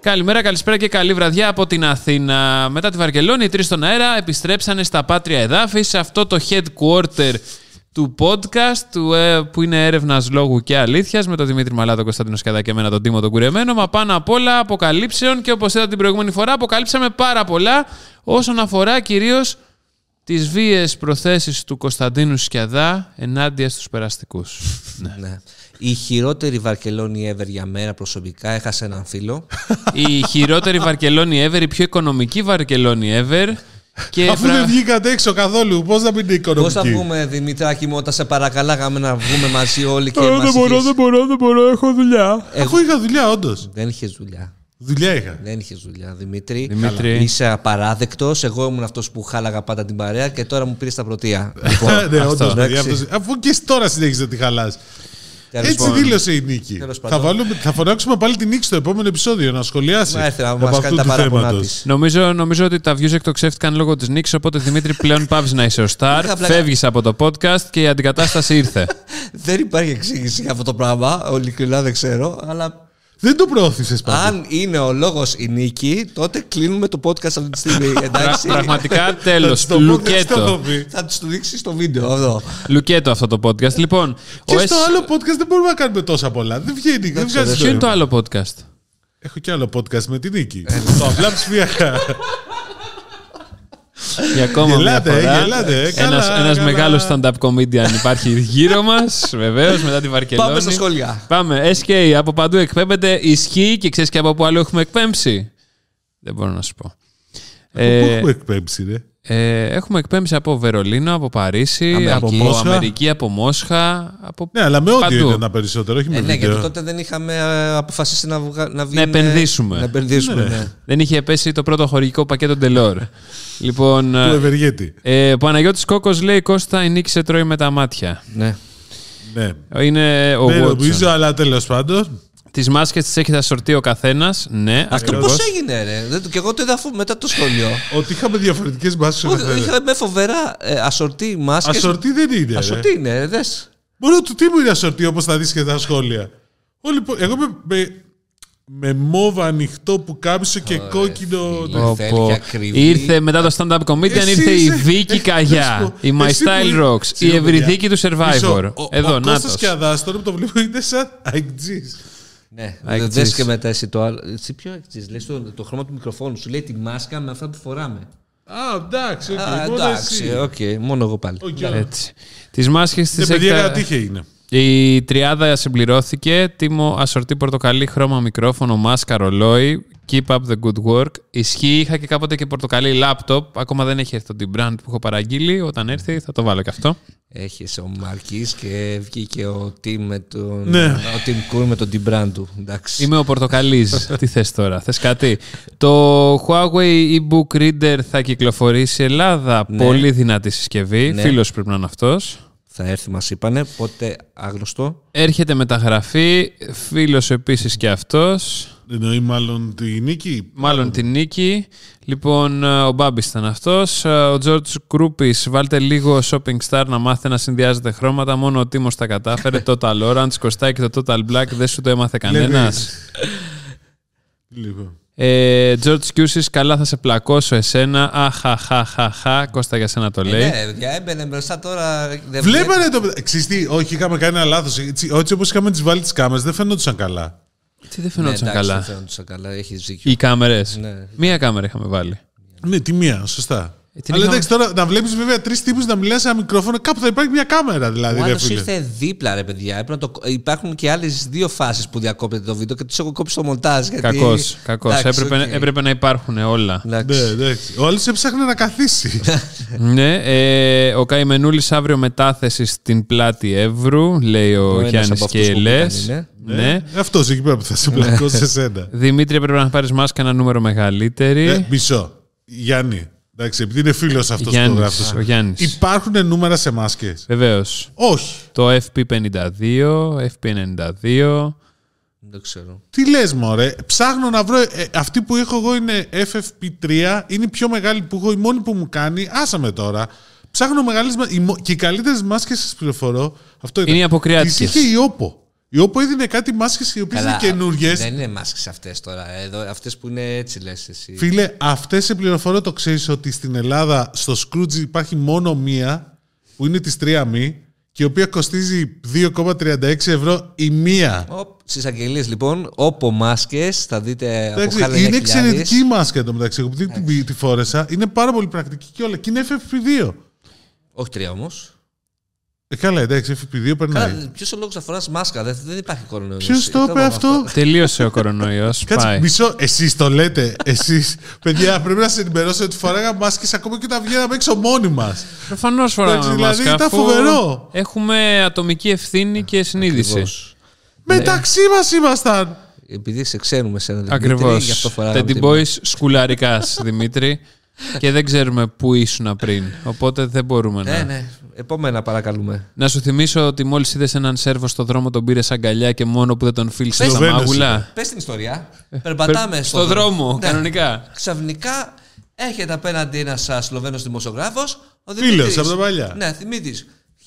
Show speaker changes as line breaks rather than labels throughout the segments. Καλημέρα, καλησπέρα και καλή βραδιά από την Αθήνα. Μετά τη Βαρκελόνη, οι τρεις στον αέρα επιστρέψανε στα πάτρια εδάφη, σε αυτό το headquarter του podcast του, ε, που είναι έρευνας λόγου και αλήθειας με τον Δημήτρη Μαλά, τον Κωνσταντίνο Σκαδά και εμένα τον Τίμο τον Κουρεμένο. Μα πάνω απ' όλα αποκαλύψεων και όπως είδα την προηγούμενη φορά, αποκαλύψαμε πάρα πολλά όσον αφορά κυρίως τις βίαιες προθέσεις του Κωνσταντίνου Σκιαδά ενάντια στους περαστικούς.
Ναι. Η χειρότερη Βαρκελόνη ever για μένα προσωπικά. Έχασα έναν φίλο.
η χειρότερη Βαρκελόνη ever, η πιο οικονομική Βαρκελόνη ever. Και
Αφού
βρα-
δεν βγήκατε έξω καθόλου, πώς να πείτε
Πώς θα
οικονομική.
πούμε, Δημητράκη μου, όταν σε παρακαλάγαμε να βγούμε μαζί όλοι και.
Ε,
μας είχες-
μπορώ, δεν μπορώ, έχω δουλειά.
Αφού είχα δουλειά, όντως.
Δεν είχες δουλειά.
Δουλειά είχα.
Δεν είχες δουλειά, Δημήτρη.
Δημήτρη.
Καλά. Είσαι απαράδεκτος. Εγώ ήμουν αυτός που χάλαγα πάντα την παρέα και τώρα μου πήρες τα πρωτεία. Λοιπόν,
Ε, ναι, όντως, παιδιά,
εντάξει.
αυτός- Αφού και εσύ τώρα συνέχιζες να τη χαλάς.
Τέλος
Έτσι
πάντων.
δήλωσε η νίκη.
Τέλος
Θα,
πάντων.
βάλουμε, θα φωνάξουμε πάλι την νίκη στο επόμενο επεισόδιο να σχολιάσει.
Να έρθει να
από
μας
αυτού
κάνει τα
του
παράπονά
θέματος.
της.
Νομίζω, νομίζω ότι τα views εκτοξεύτηκαν λόγω της νίκης, οπότε Δημήτρη πλέον παύει να είσαι ο star.
Είχα πλάκα.
Φεύγεις από το podcast και η αντικατάσταση ήρθε.
Δεν υπάρχει εξήγηση για αυτό το πράγμα. Ειλικρινά δεν ξέρω. Αλλά
Δεν το προώθησες πάντα.
αν είναι ο λόγος η νίκη, τότε κλείνουμε το podcast αυτή τη στιγμή.
Πρα-
Εντάξει.
Πραγματικά τέλο.
Στο podcast θα το
Λουκέτο.
πει.
Θα τους το δείξει στο βίντεο αυτό.
Λουκέτο αυτό το podcast. Λοιπόν, ο
Και
S-
στο άλλο podcast δεν μπορούμε να κάνουμε τόσα πολλά. Δεν βγαίνει. Δεν βγάζει
Ποιο είναι
νόημα.
το άλλο podcast.
Έχω και άλλο podcast με τη Νίκη. Το απλά ψηφιακά.
Για ακόμα
Γελάτε,
μια φορά.
ε, γελάτε, ε, καλά,
ένας, ένας
καλά.
μεγάλος stand-up comedian υπάρχει γύρω μας, βεβαίως, μετά τη Βαρκελόνη.
Πάμε στα σχόλια.
Πάμε. SK, από παντού εκπέμπεται. Ισχύει και ξέρεις και από πού άλλο έχουμε εκπέμψει. Δεν μπορώ να σου πω.
Πού
Ε,
έχουμε εκπέμψει, ρε.
ε, έχουμε εκπέμψει από Βερολίνο, από Παρίσι,
Αμερική.
από
Μόσχα.
Αμερική, από Μόσχα. Από...
Ναι, αλλά με
παντού.
όντιο ήταν περισσότερο, όχι με
Ε, ναι, γιατί
βίντεο.
τότε δεν είχαμε ε, αποφασίσει να, βγα... να βγει.
επενδύσουμε.
Να επενδύσουμε, ναι.
Δεν είχε πέσει το πρώτο χορηγικό πακέτο Τελόρ. λοιπόν,
Του
ε,
ευεργέτη.
ε, Παναγιώτης Κόκος λέει Κώστα η νίκη σε τρώει με τα μάτια.
ναι.
Ναι.
Είναι ο
Δεν
Watson.
νομίζω, αλλά τέλος πάντων.
Τις μάσκες τις έχει τα σορτεί ο καθένας. Ναι,
Αυτό
ακριβώς.
πώς έγινε, ρε. Δεν, το- και εγώ το είδα αφού μετά το σχολείο.
Ότι είχαμε διαφορετικές μπάσει.
Μου- Είχαμε φοβερά ε, ασορτή μάσκες.
Ασορτή ε, δεν είναι. ρε.
Ασορτή είναι, ρε, δες.
Μόνο του τι μου είναι ασορτή όπως θα δεις και τα σχόλια. Όλοι, πο- εγώ με, με, με μόβα ανοιχτό που κάμισο και κόκκινο. Ναι.
φίλε. Ήρθε, έλεγε ακριβή.
Ήρθε μετά το stand-up comedian,
Εσύ
ήρθε η
είσαι-
Βίκη
Να
Καγιά,
σου πω,
η My
εσύ που είναι-
Style Rocks, η
Συγγνώμη,
ευρυδίκη του Survivor.
Μισό. Ο,
Εδώ,
ο
να
Κώστας και
το.
Αδάς, τώρα που το βλέπω είναι σαν αιγτζής.
Ναι,
Ακτζής.
δες και μετά εσύ το άλλο. Εσύ ποιο έχεις, λες το, το χρώμα του μικροφόνου σου, λέει τη μάσκα με αυτά που φοράμε.
Α, εντάξει, οκ.
Α,
μόνο
εντάξει,
εσύ.
οκ, μόνο εγώ πάλι.
Οκ.
Έτσι. Τις μάσκες
Ναι,
της έχει.
παιδιά,
τα-
κάτι είχε είναι.
Η τριάδα συμπληρώθηκε. Τίμο, ασορτή πορτοκαλί, χρώμα μικρόφωνο, μάσκα, ρολόι. Keep up the good work. Ισχύει, είχα και κάποτε και πορτοκαλί λάπτοπ. Ακόμα δεν έχει έρθει το την brand που έχω παραγγείλει. Όταν έρθει θα το βάλω και αυτό.
Έχεις ο Μαρκής και βγήκε ο Τιμ με τον...
Ναι.
Ο Τιμ Κουρ με τον Τιμπράν του. Εντάξει.
Είμαι ο Πορτοκαλί. Τι θες τώρα, θες κάτι. Το Huawei e-book reader θα κυκλοφορήσει Ελλάδα. Πολύ δυνατή συσκευή.
Ναι.
Φίλος πρέπει να είναι αυτός.
Θα έρθει, μας είπανε, πότε άγνωστο.
Έρχεται μεταγραφή. Φίλος επίσης και αυτός.
Εννοεί μάλλον τη νίκη.
Μάλλον την νίκη. Λοιπόν, ε, ο Μπάμπης ήταν αυτός. Ο Τζορτζ Κρούπη, βάλτε λίγο shopping star να μάθετε να συνδυάζετε χρώματα. Μόνο ο Τίμος τα κατάφερε. Total Orange, Κωστάκι το Total Black. Δεν σου το έμαθε κανένας.
Λίγο.
Ε, George Cusis, καλά θα σε πλακώσω εσένα. Αχαχαχαχα. Κώστα για σένα το λέει.
Ναι, παιδιά, έμπαινε μπροστά τώρα.
Ε,
δεν
Βλέπανε το. Ξέρεις τι, όχι, είχαμε κάνει ένα λάθος. Έτσι, έτσι όπως είχαμε τις βάλεις τις κάμερες, δεν φαινόντουσαν καλά.
Τι δεν
Ναι,
φαινόταν
εντάξει, δεν
καλά.
φαίνονταν καλά, έχεις δίκιο.
Οι κάμερες.
Ναι. Ε,
Μία κάμερα είχαμε βάλει.
Ναι, τη μία, σωστά.
Ε, την
Αλλά
είχαμε-
εντάξει, τώρα να βλέπεις βέβαια τρεις τύπους να μιλάνε σε ένα μικρόφωνο, κάπου θα υπάρχει μια κάμερα δηλαδή.
Ο
Ρε,
άλλος
φίλε.
ήρθε δίπλα, ρε παιδιά. Έπρεπε να το... Υπάρχουν και άλλες δύο φάσεις που διακόπτεται το βίντεο και τις έχω κόψει στο μοντάζ. Γιατί...
Κακός. Κακό.
Εντάξει,
Έπρεπε,
οκ.
έπρεπε να υπάρχουν όλα.
Εντάξει.
Ναι, εντάξει. Ο άλλος έψαχνε να καθίσει.
ναι. Ε, ο Καημενούλης αύριο μετάθεση στην πλάτη Εύρου, λέει ο,
ένας
Γιάννης
από αυτούς που
Κελέ.
κάνει,
Ναι.
Αυτό εκεί πέρα που θα σε πλακώσει σε σένα.
Δημήτρη, έπρεπε να πάρεις μάσκα ένα νούμερο μεγαλύτερη.
Ε, μισό. Γιάννη. Εντάξει, επειδή είναι φίλος αυτός που
Γιάννης,
το γράφει.
ο Γιάννης.
Υπάρχουν νούμερα σε μάσκε.
Βεβαίως.
Όχι.
Το FP52, FP92.
Δεν ξέρω.
Τι λες, Μωρέ. Ψάχνω να βρω. ε, αυτή που έχω εγώ είναι FFP3. Είναι η πιο μεγάλη που έχω. Η μόνη που μου κάνει. Άσα με τώρα. Ψάχνω μεγάλε. Και οι καλύτερες μάσκες, σας πληροφορώ. Αυτό ήταν.
Είναι οι αποκριάτικες.
Τις είχε η Όπο. Η όπου έδινε κάτι μάσκες οι οποίες είναι καινούριε.
Δεν είναι μάσκες αυτές τώρα. Εδώ, αυτές που είναι έτσι λες εσύ.
Φίλε, αυτές σε πληροφορώ το ξέρεις ότι στην Ελλάδα στο Scrooge υπάρχει μόνο μία που είναι της 3 μη και η οποία κοστίζει 2,36 ευρώ η μία.
Οπ, στις αγγελίες λοιπόν, όπο μάσκες, θα δείτε από
Εντάξει,
χάλια
είναι εξαιρετική η μάσκα εδώ μεταξύ. Εγώ τη, τη, τη φόρεσα. Είναι πάρα πολύ πρακτική και όλα. Και είναι FFP2.
Όχι τρία όμως.
Ε, καλά, εντάξει, FFP2 περνάει.
Ποιος ο λόγος να φοράς μάσκα, δεν, δεν υπάρχει κορονοϊός.
Ποιος Ναι. το είπε
είπαμε
αυτό.
Τελείωσε ο κορονοϊός.
Κάτσε,
Πάει.
μισό. Εσείς το λέτε. Εσείς, παιδιά, πρέπει να σα ενημερώσω ότι φοράγαμε μάσκες ακόμα και όταν βγαίναμε έξω μόνοι μας.
Προφανώς φοράμε
Εντάξει, δηλαδή,
μάσκα.
ήταν
αφού
φοβερό.
Έχουμε ατομική ευθύνη και συνείδηση.
Ακριβώς.
Μεταξύ μας ήμασταν.
Επειδή σε ξέρουμε σε έναν
Ακριβώ.
γι' αυτό φοράγαμε
Teddy
τη
Boys σκουλαρικάς, Δημήτρη. και δεν ξέρουμε πού ήσουν πριν. Οπότε δεν μπορούμε
Ναι,
να.
ναι. Επόμενα παρακαλούμε.
Να σου θυμίσω ότι μόλις είδες έναν σερβο στον δρόμο, τον πήρες αγκαλιά και μόνο που δεν τον φίλησε στα
Σλοβαίνος
μάγουλα.
Πες την ιστορία.
Ε,
Περπατάμε Ναι.
Στον δρόμο, κανονικά.
Ξαφνικά έρχεται απέναντι ένας Σλοβαίνος δημοσιογράφος.
Φίλος από τα παλιά.
Ναι, Δημήτρης.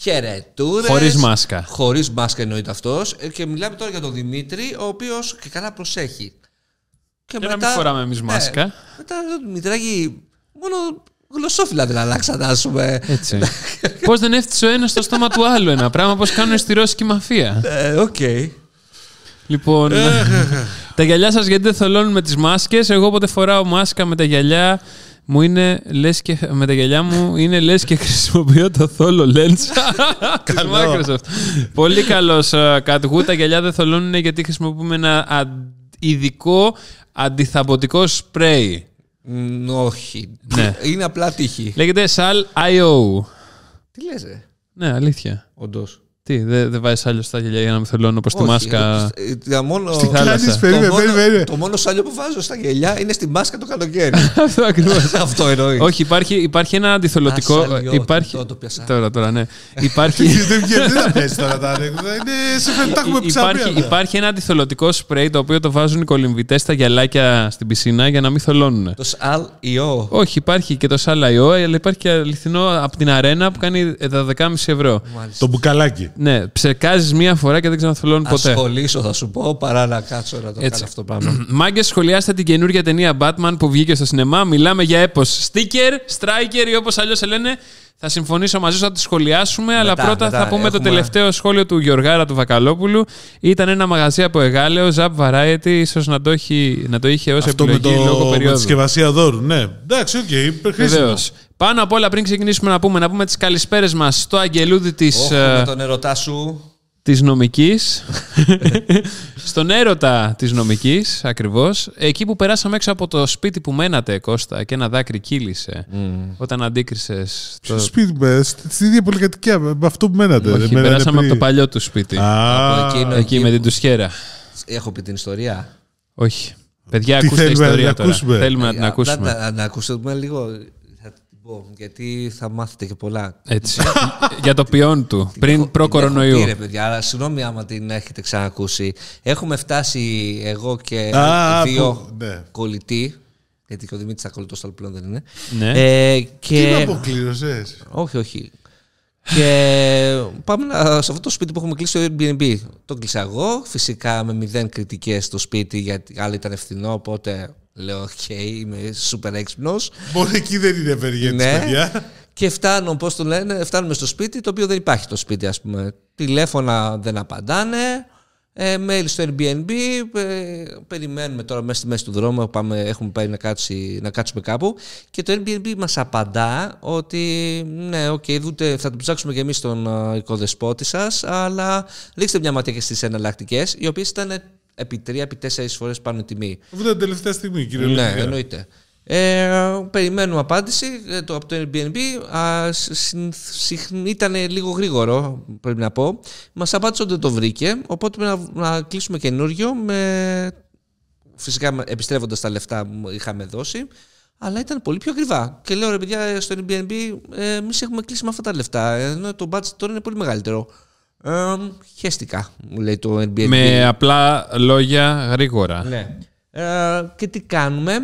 Χαιρετούρες.
Χωρίς μάσκα.
Χωρίς μάσκα εννοείται αυτός. Και μιλάμε τώρα για τον Δημήτρη, ο οποίος και καλά προσέχει.
Για να μην φοράμε εμείς
ναι.
μάσκα.
Μετά λέω Δημητράκη, μόνο γλωσσόφυλλα δεν αλλάξατε, ας πούμε.
Έτσι. Πώς δεν έφτιαξε ο ένας στο στόμα του άλλου ένα πράγμα, πώς κάνουν στη Ρώσικη μαφία.
Ε, Οκ.
Λοιπόν, τα γυαλιά σας γιατί δεν θολώνουν με τις μάσκες. Εγώ όποτε φοράω μάσκα με τα γυαλιά μου είναι, λες και, με τα γυαλιά μου είναι λες και χρησιμοποιώ το θόλο lens της Microsoft. Πολύ καλός ε, Κατγού. Τα γυαλιά δεν θολώνουν γιατί χρησιμοποιούμε ένα αν- ειδικό αντιθαμποτικό σπρέι.
Μ, Όχι.
Ναι.
Είναι απλά τύχη.
Λέγεται Sal IO.
Τι λες, ε,
Ναι, αλήθεια.
όντως.
Τι, δεν δε βάζεις άλλο στα γυαλιά για να με θολώνω όπως τη
ε,
μάσκα.
Μόνο...
Στη θάλασσα. Θάλασσα.
Κάνεις,
το,
περίμενε,
μόνο,
περίμενε.
το μόνο σάλιο που βάζω στα γελιά είναι στη μάσκα το καλοκαίρι.
Αυτό ακριβώς.
Αυτό εννοείς.
Όχι, υπάρχει, υπάρχει ένα
Α,
αντιθολωτικό.
σαλιό,
Υπάρχει...
το- το πιάσα.
Τώρα, τώρα, ναι. Υπάρχει...
Δεν βγαίνει, δεν θα πέσει τώρα τα ανέκδοτα. Είναι σε φε- τα έχουμε ψάξει.
υπάρχει, υπάρχει ένα αντιθολωτικό σπρέι το οποίο το βάζουν οι κολυμβητές στα γυαλάκια στην πισίνα για να μην θολώνουν.
Το σαλ ιό.
Όχι, υπάρχει και το σαλαϊό, αλλά υπάρχει και αληθινό από την αρένα που κάνει 12,5 ευρώ.
Το μπουκαλάκι.
Ναι, ψεκάζεις μία φορά και δεν ξαναθολώνει ποτέ.
Ασχολήσω θα σου πω παρά να κάτσω να το
Έτσι.
κάνω αυτό το πράγμα.
Μάγκε, σχολιάστε την καινούργια ταινία Batman που βγήκε στο σινεμά. Μιλάμε για έπος. Sticker, striker ή όπως αλλιώς σε λένε. Θα συμφωνήσω μαζί σου, θα τη σχολιάσουμε, αλλά πρώτα
μετά,
θα πούμε το
έχουμε-
τελευταίο σχόλιο του Γιωργάρα του Βακαλόπουλου. Ήταν ένα μαγαζί από Εγάλεο, Zap Variety, ίσως να, το έχει- να το είχε ως
Αυτό με,
επιλογή λόγω
το, με τη
περίοδου. Ε,
συσκευασία δώρου. Ναι, εντάξει, οκ, okay, χρήσιμος.
Βεβαίως. Πάνω απ' όλα, πριν ξεκινήσουμε να πούμε, να πούμε τις καλησπέρες μας στο ε, αγγελούδι τη
Όχι
ναι.
με τον ερωτά σου.
της νομικής στον έρωτα της νομικής ακριβώς εκεί που περάσαμε έξω από το σπίτι που μένατε Κώστα και ένα δάκρυ κύλησε
Mm.
όταν αντίκρισες το...
Στο σπίτι μου, στη- στην ίδια πολυκατοικία με με αυτό που μένατε.
Όχι,
Εμένα είναι
περάσαμε από
πριν.
το παλιό του σπίτι
Α,
Από εκείνο
εκεί με την τουσχέρα
Έχω πει την ιστορία. Ε,
όχι Παιδιά,
Τι
ακούστε
θέλουμε να
ιστορία
την
τώρα.
ακούσουμε?
Θέλουμε να την
Απλά
ακούσουμε.
Να, να ακούσουμε λίγο. Θα την πω. Γιατί θα μάθετε και πολλά.
Έτσι. Για το ποιόν του, πριν
Την έχω
προ-κορονοϊού.
πει, ρε παιδιά, αλλά συγγνώμη άμα την έχετε ξανακούσει. Έχουμε φτάσει εγώ και
Α,
άλλοι δύο
που- ναι.
κολλητοί. Γιατί και ο Δημήτρης ακολουθός αλλά πλέον δεν είναι.
Ναι.
Ε,
Τι με
και...
αποκλήρωσε.
όχι, όχι. και πάμε να, σε αυτό το σπίτι που έχουμε κλείσει το Airbnb. Το κλείσα εγώ. Φυσικά με μηδέν κριτικές στο σπίτι, γιατί άλλο ήταν ευθυνό. Οπότε λέω: Οκ, είμαι σούπερ έξυπνος.
Μόνο εκεί δεν είναι ευεργέτη,
Ναι.
παιδιά.
Και φτάνω, πώς το λένε, φτάνουμε στο σπίτι, το οποίο δεν υπάρχει το σπίτι, ας πούμε. Τηλέφωνα δεν απαντάνε, ε, mail στο Airbnb, ε, περιμένουμε τώρα μέσα στη μέση του δρόμου, πάμε, έχουμε πάει να, κάτσει, να κάτσουμε κάπου και το Airbnb μας απαντά ότι ναι, οκ, δούτε, θα το ψάξουμε και εμείς τον ε, οικοδεσπότη σας, αλλά ρίξτε μια ματιά και στις εναλλακτικές, οι οποίες ήταν ε, επί τρία, επί τέσσερις φορές πάνω η τιμή.
Αυτό ήταν τελευταία στιγμή,
Ναι,
κυριολεκτικά.
εννοείται. Ε, περιμένουμε απάντηση ε, το, από το Airbnb. Α, ήταν λίγο γρήγορο, πρέπει να πω. Μας απάντησε ότι δεν το βρήκε, οπότε πρέπει να, να κλείσουμε καινούριο με... Φυσικά με- επιστρέφοντας τα λεφτά που είχαμε δώσει, αλλά ήταν πολύ πιο ακριβά. Και λέω ρε παιδιά ε, στο Airbnb, ε, εμείς έχουμε κλείσει με αυτά τα λεφτά. Ενώ το budget τώρα είναι πολύ μεγαλύτερο. Ε, χαίστηκα, μου λέει το Airbnb.
Με απλά λόγια γρήγορα.
Ναι. Ε, και τι κάνουμε.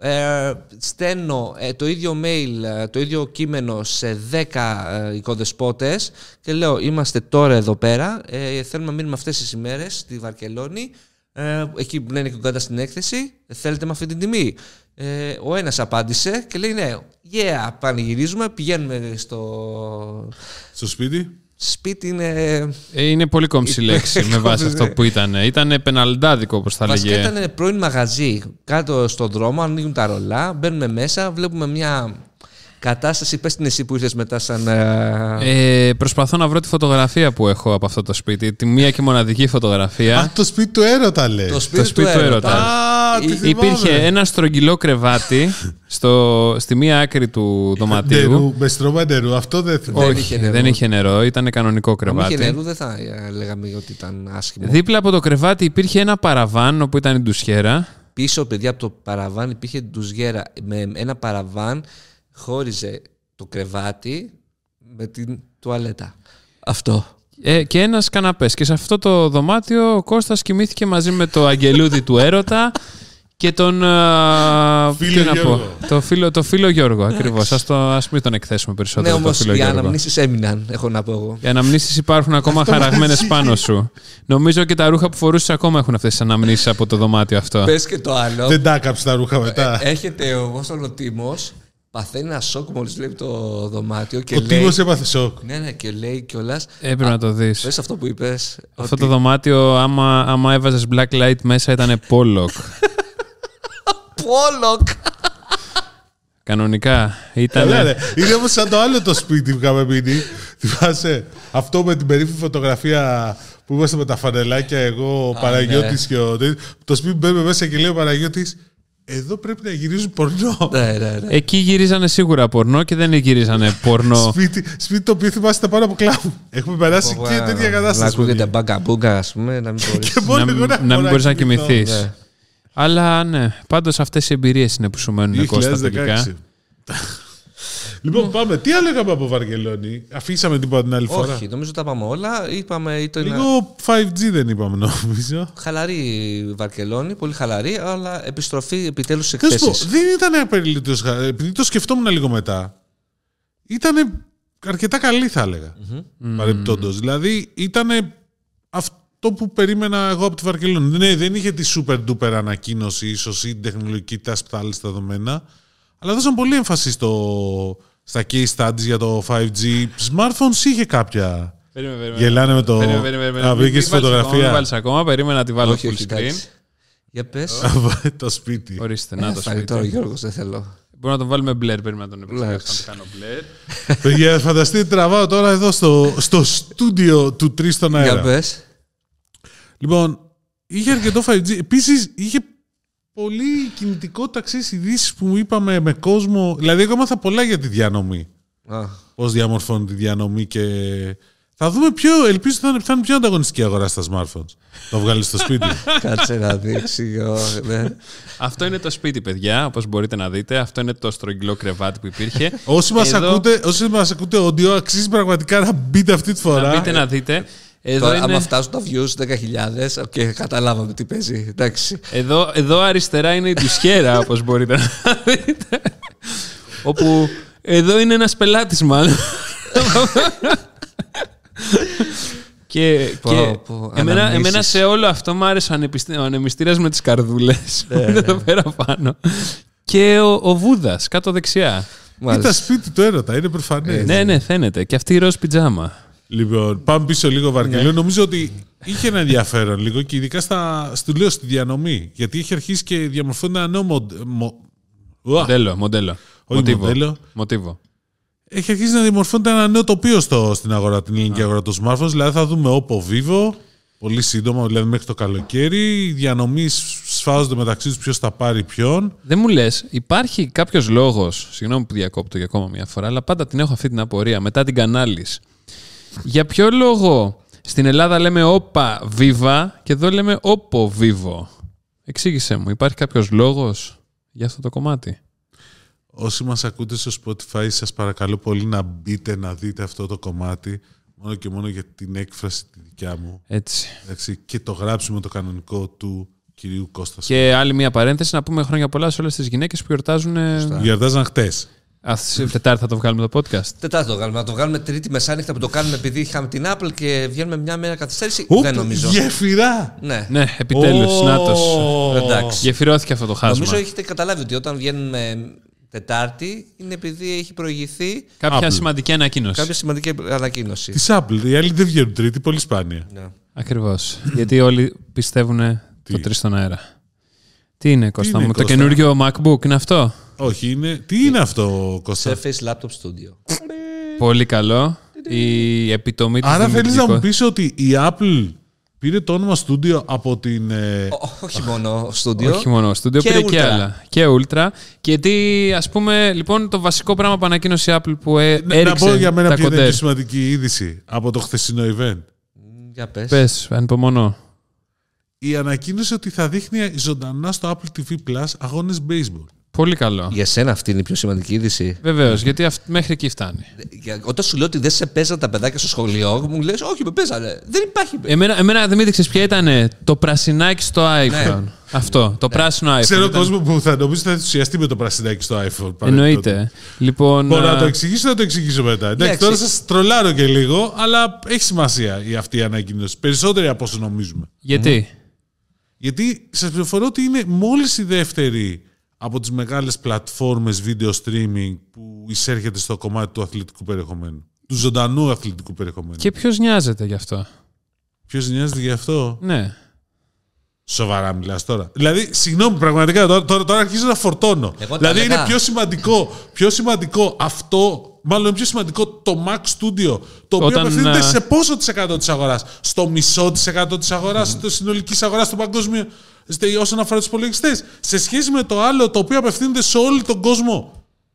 ε, στέλνω ε, το ίδιο mail, ε, το ίδιο κείμενο σε 10 ε, οικοδεσπότες και λέω είμαστε τώρα εδώ πέρα, ε, θέλουμε να μείνουμε αυτές τις ημέρες στη Βαρκελόνη, ε, εκεί που είναι και κοντά στην έκθεση, θέλετε με αυτή την τιμή. Ε, ο ένας απάντησε και λέει ναι, yeah, πανηγυρίζουμε, πηγαίνουμε στο
Στο σπίτι.
σπίτι, είναι
Ε, Είναι πολύ κόμψη λέξη με βάση αυτό που ήταν. Ήταν πεναλντάδικο, όπως θα
ε. Βασικά
λέγε.
ήταν πρώην μαγαζί κάτω στον δρόμο, ανοίγουν τα ρολά, μπαίνουμε μέσα, βλέπουμε μια κατάσταση. Πες την εσύ που ήρθες μετά σαν... ε,
Ε, προσπαθώ να βρω τη φωτογραφία που έχω από αυτό το σπίτι. Τη μία και μοναδική φωτογραφία.
Α, το σπίτι του έρωτα λέει.
Ναι. το σπίτι,
σπίτι
του
του
έρωτα.
έρωτα.
Α, τι θυμάμαι.
Υπήρχε ένα στρογγυλό κρεβάτι στο, στη μία άκρη του δωματίου.
Ντερού, μπεστρώμα ντερού, αυτό δεν θυμάμαι.
Δεν
Όχι,
είχε νερό.
δεν είχε νερό, ήταν κανονικό
Αν είχε
κρεβάτι.
νερού δεν θα ε, λέγαμε ότι ήταν άσχημο.
Δίπλα από το κρεβάτι υπήρχε ένα παραβάν όπου ήταν η ντουσιέρα.
Πίσω, παιδιά, από το παραβάν υπήρχε ντουζιέρα. Με ένα παραβάν χώριζε το κρεβάτι με την τουαλέτα. Ναι, Αυτό.
Ε, και ένας καναπές. Και σε αυτό το δωμάτιο ο Κώστας κοιμήθηκε μαζί με το αγγελούδι του έρωτα και τον. α,
Φίλο
τι να πω,
Γιώργο.
το, φίλο, το φίλο Γιώργο, ακριβώς. Ας ας μην τον εκθέσουμε
Ναι,
περισσότερο. το
όμως
φίλο
οι
Γιώργο.
αναμνήσεις έμειναν, έχω να πω εγώ.
Οι αναμνήσεις υπάρχουν ακόμα χαραγμένε πάνω σου. Νομίζω και τα ρούχα που φορούσες ακόμα έχουν αυτές τις αναμνήσεις από το δωμάτιο αυτό.
Πες και το άλλο.
Δεν τα έκαψε τα ρούχα
Ε,
μετά.
Έρχεται ο ο Τίμο, παθαίνει ένα σοκ μόλις βλέπει το δωμάτιο και
Ο
ε, λέει.
Τίμος έπαθε σοκ.
Ναι, ναι, και λέει κιόλας.
Έπρεπε να το δεις.
Πες αυτό που είπες.
Αυτό το δωμάτιο, άμα, άμα έβαζες black light μέσα, ήταν Pollock.
Πόλοκ!
Κανονικά.
Ναι,
Ήταν.
Καλά, ρε. Είναι όμως σαν το άλλο το σπίτι που είχαμε μείνει. Θυμάσαι αυτό με την περίφημη φωτογραφία που είμαστε με τα φανελάκια, εγώ, ο
ναι.
Παναγιώτη και ο τέτοιος. Το σπίτι που μπαίνουμε μέσα και λέει ο Παναγιώτης, εδώ πρέπει να γυρίζουν πορνό.
Ναι, ναι, ναι.
Εκεί γυρίζανε σίγουρα πορνό και δεν γυρίζανε πορνό.
Σπίτι, σπίτι το οποίο θυμάστε πάνω από κλάβου. Έχουμε περάσει και τέτοια
Να
κατάσταση.
ακούγεται
παιδιά.
μπάγκα μπούγκα, ας πούμε, να μην μπορείς.
Και μόνο
να,
εγώ
να μην
μπορώ
μπορείς να
κοιμηθώ.
κοιμηθεί.
ναι.
Αλλά ναι, πάντως αυτές οι εμπειρίες είναι που σου μένουν Κώστα τελικά.
2016. Ναι. Λοιπόν, πάμε. Τι άλλο είχαμε από Βαρκελόνη. Αφήσαμε τίποτα την άλλη φορά.
Όχι, ναι. νομίζω τα πάμε όλα. Είπαμε ήταν
Λίγο 5G δεν είπαμε, νομίζω.
χαλαρή η Βαρκελόνη, πολύ χαλαρή, αλλά επιστροφή επιτέλους σε
Θα σου πω,
εκθέσεις.
δεν ήταν απεριλήτω. Επειδή το σκεφτόμουν λίγο μετά, ήταν αρκετά καλή, θα έλεγα. Παρεπιπτόντω. Δηλαδή, ήταν αυτό που περίμενα εγώ από τη Βαρκελόνη. Ναι, δεν είχε τη super duper ανακοίνωση, ίσως ή την τεχνολογική τάση που θα άλλαζε τα δεδομένα. Αλλά δώσαν πολύ έμφαση στο, στα case studies για το 5G. Smartphones είχε κάποια.
Ε,
Γελάνε με το. Α, βγήκες στη
Δεν
φωτογραφία.
βάλεις ακόμα, περίμενα να τη βάλω
Όχι,
full
όχι,
screen.
εντάξει. Για πες.
Το σπίτι.
Ορίστε, να το
Φάει τώρα ο
σπίτι.
Γιώργος, δεν θέλω.
Μπορώ να τον βάλουμε μπλερ, περίμενα να τον επιστρέψω.
Εντάξει.
Να το κάνω μπλερ.
Παιδιά, φανταστείτε, τραβάω τώρα εδώ στο, στο στούντιο του Τρεις στον
Για
αέρα.
πες.
Λοιπόν, είχε αρκετό 5G. Επίσης, είχε πολύ κινητικό ταξί ειδήσεις που είπαμε με κόσμο. Δηλαδή, εγώ μάθα πολλά για τη διανομή. Πώς διαμορφώνει τη διανομή και. Θα δούμε ποιο. Ελπίζω ότι θα είναι- θα είναι πιο ανταγωνιστική αγορά στα smartphones. Το βγάλεις στο σπίτι.
Κάτσε να δείξει. ω, ναι.
Αυτό είναι το σπίτι, παιδιά, όπως μπορείτε να δείτε. Αυτό είναι το στρογγυλό κρεβάτι που υπήρχε.
όσοι μας
Εδώ-
ακούτε, όσοι μας ακούτε, audio, αξίζει πραγματικά να μπείτε αυτή τη
Να
φορά.
μπείτε να δείτε. Εδώ,
ε,
Τώρα, άμα
είναι,
φτάσουν τα views 10.000, okay, καταλάβαμε τι παίζει. Εντάξει.
εδώ, εδώ αριστερά είναι η ντουσιέρα, όπως μπορείτε να δείτε. όπου εδώ είναι ένας πελάτης, μάλλον. και
Πω,
και
πω,
εμένα,
αναμνήσεις.
εμένα σε όλο αυτό μου άρεσε ο ανεπιστη- ο ανεμιστήρας με τις καρδούλες.
Ναι,
είναι εδώ πέρα πάνω. Και ο, ο Βούδας, κάτω δεξιά.
Ήταν
Μάλιστα.
σπίτι το έρωτα, είναι προφανές.
ναι, ναι, φαίνεται. Και αυτή η ροζ πιτζάμα.
Λοιπόν, πάμε πίσω λίγο Βαρκελόνη. Νομίζω ότι είχε ένα ενδιαφέρον λίγο και ειδικά στα, στο λέω, στη διανομή. Γιατί είχε αρχίσει και διαμορφώνεται ένα νέο μοντ- μο- Ουα!
Μοντέλο, μοντέλο.
Όχι μοντέλο.
Μοτίβο.
Έχει αρχίσει να διαμορφώνεται ένα νέο τοπίο στο, στην αγορά, την ελληνική αγορά των smartphones. Δηλαδή θα δούμε όπο βίβο, πολύ σύντομα, δηλαδή μέχρι το καλοκαίρι. Οι διανομής σφάζονται μεταξύ τους ποιος θα πάρει ποιον.
Δεν μου λες, υπάρχει κάποιος λόγος. Συγγνώμη που διακόπτω για ακόμα μια φορά, αλλά πάντα την έχω αυτή την απορία μετά την κανάλης. Για ποιο λόγο στην Ελλάδα λέμε όπα βίβα και εδώ λέμε όπο βίβο. Εξήγησέ μου, υπάρχει κάποιος λόγος για αυτό το κομμάτι.
Όσοι μας ακούτε στο Spotify, σας παρακαλώ πολύ να μπείτε να δείτε αυτό το κομμάτι. Μόνο και μόνο για την έκφραση τη δικιά μου.
Έτσι.
Εντάξει, και το γράψουμε το κανονικό του κυρίου Κώστα. Και...
Και άλλη μια παρένθεση να πούμε χρόνια πολλά σε όλες τις γυναίκες που γιορτάζουν. ε,
Γιορτάζαν χτες.
Αυτή τη Τετάρτη θα το βγάλουμε το podcast.
Τετάρτη το βγάλουμε. Να το βγάλουμε τρίτη μεσάνυχτα που το κάνουμε επειδή είχαμε την Apple και βγαίνουμε μια μέρα καθυστέρηση. Δεν νομίζω.
Γεφυρά!
Ναι.
Ναι, επιτέλους,
Ω,
νάτος.
Εντάξει.
Γεφυρώθηκε αυτό το χάσμα.
Νομίζω έχετε καταλάβει ότι όταν βγαίνουμε Τετάρτη είναι επειδή έχει προηγηθεί
Κάποια
Apple.
σημαντική ανακοίνωση.
κάποια σημαντική ανακοίνωση.
Της Apple. Οι άλλοι δεν βγαίνουν τρίτη, πολύ σπάνια.
Ναι.
Ακριβώς. Γιατί όλοι πιστεύουν το
Τι?
τρεις στον αέρα. Τι είναι, Κώστα
είναι,
μου, το
Κώστα?
καινούριο MacBook είναι αυτό.
Όχι, είναι. Τι είναι αυτό, Κώστα.
Surface Laptop Studio.
Πολύ καλό. Η επιτομή της
Άρα θέλεις να μου
δημιουργικότητας.
πεις ότι η Apple πήρε το όνομα Studio από την. ε,
Ό, όχι μόνο στούντιο.
Όχι μόνο, στούντιο
Και
πήρε και
Ultra.
άλλα. Και Ultra. Και τι, ας πούμε, λοιπόν, το βασικό πράγμα που ανακοίνωσε η Apple που ε,
Να- να
έριξε
πω για μένα
τα
ποια είναι η
κοντέρ.
πιο σημαντική είδηση από το χθεσινό event.
Για πες.
Πες, ανυπομονώ.
Η ανακοίνωση ότι θα δείχνει ζωντανά στο Apple TV Plus αγώνες baseball.
Πολύ καλό.
Για σένα αυτή είναι η πιο σημαντική είδηση.
Βεβαίως, γιατί αυ- μέχρι εκεί φτάνει.
Για- Όταν σου λέω ότι δεν σε παίζαν τα παιδάκια στο σχολείο, μου λες όχι με παίζανε. Δεν υπάρχει.
Ναι.
Εμένα, εμένα δεν με έδειξες ποια ήταν το πρασινάκι στο iPhone.
Ναι.
Αυτό, το πράσινο iPhone.
Ξέρω
Ήταν-
κόσμο που θα νομίζω θα ενθουσιαστεί με το πρασινάκι στο iPhone. παρεμπιπτόντως.
Ε, Εννοείται. Λοιπόν,
Μπορώ να
α,
το εξηγήσω, να το εξηγήσω μετά. Εντάξει,
Εντάξει.
τώρα σας τρολάρω και λίγο, αλλά έχει σημασία η αυτή η ανακοίνωση. Περισσότερη από όσο νομίζουμε.
γιατί.
Γιατί σας πληροφορώ ότι είναι μόλις η δεύτερη από τις μεγάλες πλατφόρμες video streaming που εισέρχεται στο κομμάτι του αθλητικού περιεχομένου. Του ζωντανού αθλητικού περιεχομένου.
Και ποιος νοιάζεται γι' αυτό.
Ποιος νοιάζεται γι' αυτό.
Ναι.
Σοβαρά μιλάς τώρα. Δηλαδή, συγγνώμη, πραγματικά τώρα, τώρα, τώρα αρχίζω να φορτώνω.
Εγώ τα
δηλαδή,
έλεγα.
είναι πιο σημαντικό, πιο σημαντικό αυτό. Μάλλον είναι πιο σημαντικό το Mac Studio, το οποίο
Όταν,
απευθύνεται
α,
σε πόσο τη εκατό της αγοράς. Στο μισό τη εκατό της αγοράς, τη συνολική αγορά του παγκόσμιου, στε- όσον αφορά τους υπολογιστές. Σε σχέση με το άλλο, το οποίο απευθύνεται σε όλο τον κόσμο.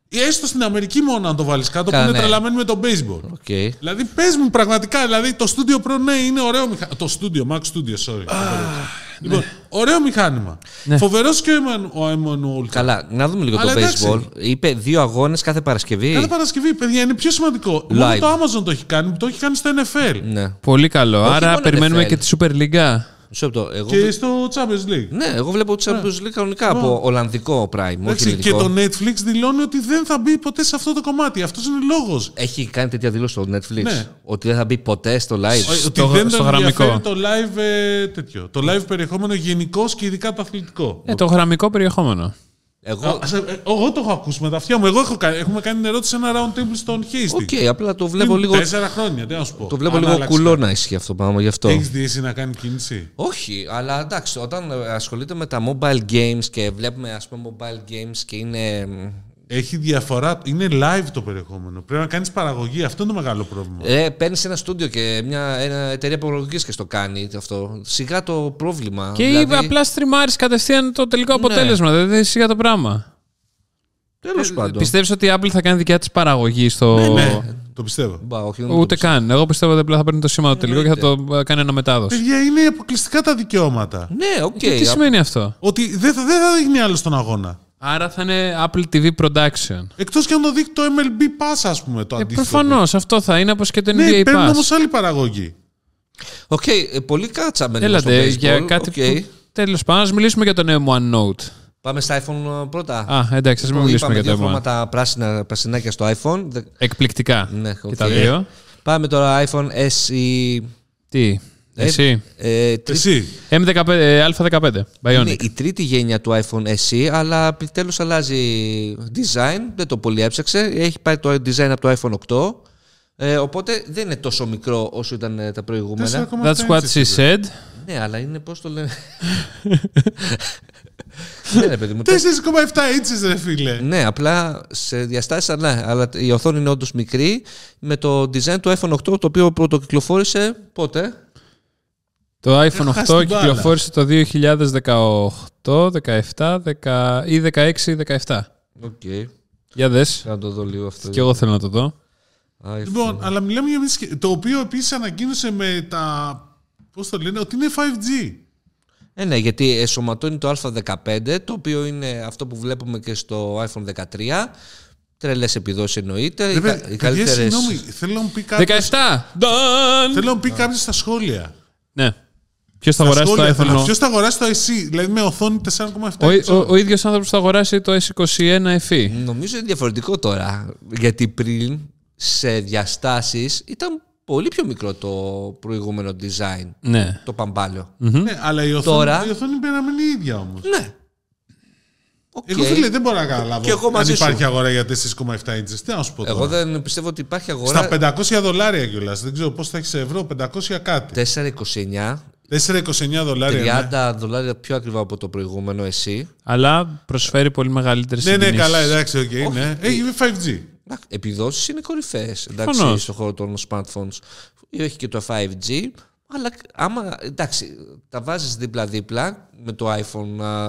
Ή έστω στην Αμερική μόνο, αν το βάλεις κάτω, που
Καλά,
είναι
ναι.
τρελαμένοι με το baseball.
Okay.
Δηλαδή, πες μου πραγματικά, δηλαδή το Studio Pro, ναι, είναι ωραίο μηχάνημα. Το Studio, Mac Studio, sorry. λοιπόν,
ναι.
ωραίο μηχανημα
Ναι.
Φοβερός και ο Εμμαν- ο Εμμανουέλ.
Καλά, να δούμε λίγο
Αλλά
το
εντάξει.
baseball. Είπε δύο αγώνες κάθε Παρασκευή.
Κάθε Παρασκευή, παιδιά, είναι πιο σημαντικό. Μόνο
Live.
το Amazon το έχει κάνει, που το έχει κάνει στο NFL.
Ναι.
Πολύ καλό. Άρα
μόνο
περιμένουμε
NFL.
και τη Super League.
Μισό λεπτό. Εγώ...
Και στο Champions League.
Ναι, εγώ βλέπω του Champions League κανονικά από Ολλανδικό Prime. Όχι
Εντάξει, και
ελληνικό.
το Netflix δηλώνει ότι δεν θα μπει ποτέ σε αυτό το κομμάτι. Αυτός είναι λόγος.
Έχει κάνει τέτοια δήλωση στο Netflix.
Ναι.
Ότι δεν θα μπει ποτέ στο live.
Ότι
στο
δεν τον
γραμμικό.
ενδιαφέρει το live, ε, τέτοιο. το live περιεχόμενο γενικώς και ειδικά το αθλητικό.
Ε, το γραμμικό περιεχόμενο.
Εγώ.
Α, σε- ε, Εγώ το έχω ακούσει με τα αυτιά μου. Εγώ έχω κάνει, έχουμε κάνει την ερώτηση σε ένα round table στον Χέιστη.
Οκ, απλά το βλέπω λίγο.
Τέσσερα χρόνια, τι να σου πω.
Το βλέπω λίγο κουλό να ισχύει αυτό πάνω γι' αυτό.
Έχεις δει εσύ να κάνει κίνηση.
Όχι, αλλά εντάξει, όταν ε, ασχολείται με τα mobile games και βλέπουμε ας πούμε mobile games και είναι... μ,
Έχει διαφορά. Είναι live το περιεχόμενο. Πρέπει να κάνεις παραγωγή. Αυτό είναι το μεγάλο πρόβλημα.
Ε, παίρνεις ένα στούντιο και μια ένα εταιρεία προλογική και στο κάνει αυτό. Σιγά το πρόβλημα.
Και
δηλαδή,
απλά στριμάρεις κατευθείαν το τελικό αποτέλεσμα. Δηλαδή, σιγά το πράγμα.
Τέλος
Ε,
πάντων.
Πιστεύεις ότι η Apple θα κάνει δικιά της παραγωγή στο. Ε,
ναι, το πιστεύω.
Μπα, όχι, δεν
Ούτε
το πιστεύω.
καν. Εγώ πιστεύω ότι απλά θα παίρνει το σήμα το τελικό και θα το ε, κάνει ένα μετάδοση.
Παιδιά, είναι αποκλειστικά τα δικαιώματα.
Ναι, οκ.
Και τι
α-
σημαίνει αυτό.
Ότι δεν θα, δεν θα δείχνει άλλο τον αγώνα.
Άρα θα είναι Apple TV Production.
Εκτός και αν το δείχνει το MLB Pass, ας πούμε, το
Ε,
αντίστοιχο.
Προφανώς αυτό θα είναι όπως και το
Ναι,
NBA
παίρνουν
Pass.
όμως άλλη παραγωγή.
Οκ, ε, πολύ κάτσαμε λίγο στο
Έλατε
baseball.
για κάτι
Οκ.
που. Τέλος πάντων, ας μιλήσουμε για το νέο OneNote.
Πάμε στα iPhone ε, πρώτα.
Α, εντάξει, ας μην
Λοιπόν,
μιλήσουμε
είπαμε
για
δύο
το OneNote.
χρώματα πράσινα, πρασινάκια στο iPhone. Δε-
Εκπληκτικά.
Ναι,
Και τα
οκ.
δύο.
Πάμε τώρα iPhone SE.
Τι,
Ε,
εσύ.
ε, τρίτη-
Εσύ.
M15, ε, α15, Bionic.
Είναι η τρίτη γένεια του iPhone SE, αλλά επιτέλους αλλάζει design. Δεν το πολύ έψαξε. Έχει πάει το design από το iPhone 8. Ε, οπότε δεν είναι τόσο μικρό όσο ήταν ε, τα προηγούμενα.
4,5
That's what she
έτσι,
said.
Ναι, αλλά είναι πώς το λένε. ναι, ρε παιδί μου.
4,7 inches, ρε φίλε.
Ναι, απλά σε διαστάσεις αλλά, αλλά η οθόνη είναι όντως μικρή. Με το design του iPhone 8, το οποίο πρωτοκυκλοφόρησε πότε.
Το iPhone 8
χάσει την μπάλα.
κυκλοφόρησε το 2018, 17 10 ή 16 ή 17.
Οκ.
Για δες.
Να το δω λίγο αυτό.
Και εγώ θέλω να το δω.
iPhone.
Λοιπόν, αλλά μιλάμε για μια συσκευή- Το οποίο επίσης ανακοίνωσε με τα. Πώς το λένε, ότι είναι 5G.
Ε, ναι, γιατί εσωματώνει το Α15, το οποίο είναι αυτό που βλέπουμε και στο iPhone 13. Τρελές επιδόσεις εννοείται.
Ε,
Οι,
Ρε,
κα-
παιδιά,
οι
παιδιά,
καλύτερες.
συγγνώμη, θέλω να μου πει κάποιος.
17! Done!
Θέλω να μου πει κάποιος στα σχόλια.
Ναι. Ποιος θα αγοράσει το iPhone.
Ποιος θα αγοράσει το IC, δηλαδή με οθόνη 4,7.
Ο,
inch.
ο, ο ίδιος άνθρωπος θα αγοράσει το S21 FE.
Νομίζω είναι διαφορετικό τώρα. Γιατί πριν σε διαστάσεις ήταν πολύ πιο μικρό το προηγούμενο design.
Ναι.
Το παμπάλαιο.
Ναι, αλλά η οθόνη,
Τώρα-
η οθόνη πρέπει να μείνει η ίδια όμως.
Ναι. Οκ.
Εγώ φίλε δεν μπορώ να καταλάβω.
Και εγώ μαζί
αν
σου.
υπάρχει αγορά για 4,7 inches. Τι να σου πω
Εγώ
τώρα.
δεν πιστεύω ότι υπάρχει αγορά.
Στα 500 δολάρια κιόλας. Δεν ξέρω πώς θα έχεις σε ευρώ. 500 κάτι.
4,29,
4,29 δολάρια. ναι.
30 δολάρια πιο ακριβά από το προηγούμενο εσύ.
Αλλά προσφέρει πολύ μεγαλύτερη
Ναι, ναι,
συγκίνηση.
καλά, εντάξει, οκ. ναι. Έχει 5G.
Επιδόσεις είναι κορυφαίε
Προφανώς.
στον χώρο των smartphones. Έχει και το 5G. Αλλά άμα εντάξει, τα βάζεις δίπλα-δίπλα με το iPhone α,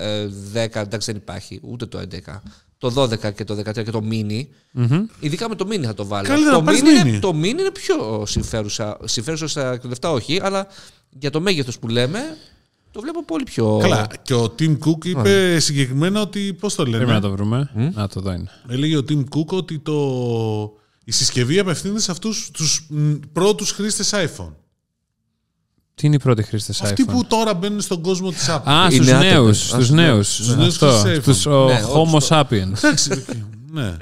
ε, ε, 10, εντάξει δεν υπάρχει ούτε το 11. Το 12 και το 13 και το mini. Ειδικά με το mini θα το βάλω.
Καλύτερα
το,
να πάρεις
είναι,
mini.
το mini είναι πιο συμφέρουσα. Συμφέρουσα στα λεφτά όχι, αλλά για το μέγεθος που λέμε το βλέπω πολύ πιο.
Καλά. Και ο Tim Cook είπε συγκεκριμένα ότι. Πώς το λένε.
Πρέπει να το βρούμε. Να το δω είναι.
Έλεγε ο Tim Cook ότι το... η συσκευή απευθύνεται σε αυτούς τους πρώτους χρήστες iPhone.
Τι είναι οι πρώτοι χρήστες
Αυτοί
iPhone.
που τώρα μπαίνουν στον κόσμο της Apple.
Α, ναι. στου
Είναι άτυποι.
νέου.
Α, στους
Στους νέους.
νέους χρήστες iPhone.
Στου
Ναι,
Homo sapiens.
Εντάξει, οκ, ναι.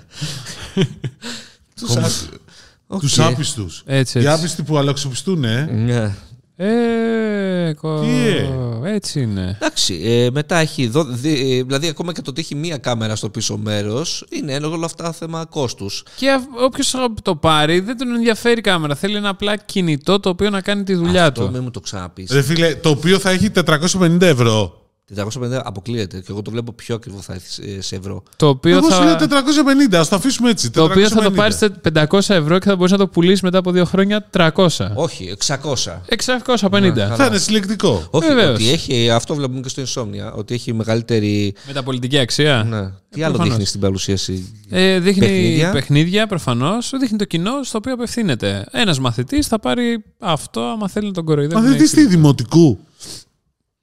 Τους άπει- Οκ.
Του άπιστους.
Έτσι,
Οι
έτσι.
άπιστοι που αλλαξοπιστούν, ε.
Ναι.
Ε, κο-
Τι, ε?
Έτσι είναι.
Εντάξει, ε, μετά έχει. δο- δι- ε, δηλαδή, ακόμα και το ότι έχει μία κάμερα στο πίσω μέρος, είναι ένα όλα αυτά θέμα κόστους.
Και όποιο το πάρει δεν τον ενδιαφέρει η κάμερα. Θέλει ένα απλά κινητό το οποίο να κάνει τη δουλειά
Αυτό
του.
μην μου το ξαναπείς.
Ρε φίλε, το οποίο θα έχει 450 ευρώ.
450 αποκλείεται. Και εγώ το βλέπω πιο ακριβό θα έρθεις ε, σε ευρώ.
Το οποίο
Εγώ σου λέω
θα.
450, ας το αφήσουμε έτσι.
Το οποίο θα το
450.
πάρει 500 ευρώ και θα μπορείς να το πουλήσεις μετά από δύο χρόνια 300.
Όχι, 600.
650.
Θα είναι συλλεκτικό.
Όχι,
Ε, Βεβαίως.
ότι έχει, αυτό βλέπουμε και στο Insomnia, ότι έχει μεγαλύτερη.
Μεταπολιτική αξία.
Ναι. Τι άλλο
προφανώς.
δείχνει στην παρουσίαση.
Ε, δείχνει παιχνίδια,
Παιχνίδια.
προφανώς. Δείχνει το κοινό στο οποίο απευθύνεται. Ένας μαθητής θα πάρει αυτό, άμα θέλει να τον κοροϊδεύει. να
Μαθητή
έχει-
τι δημοτικού.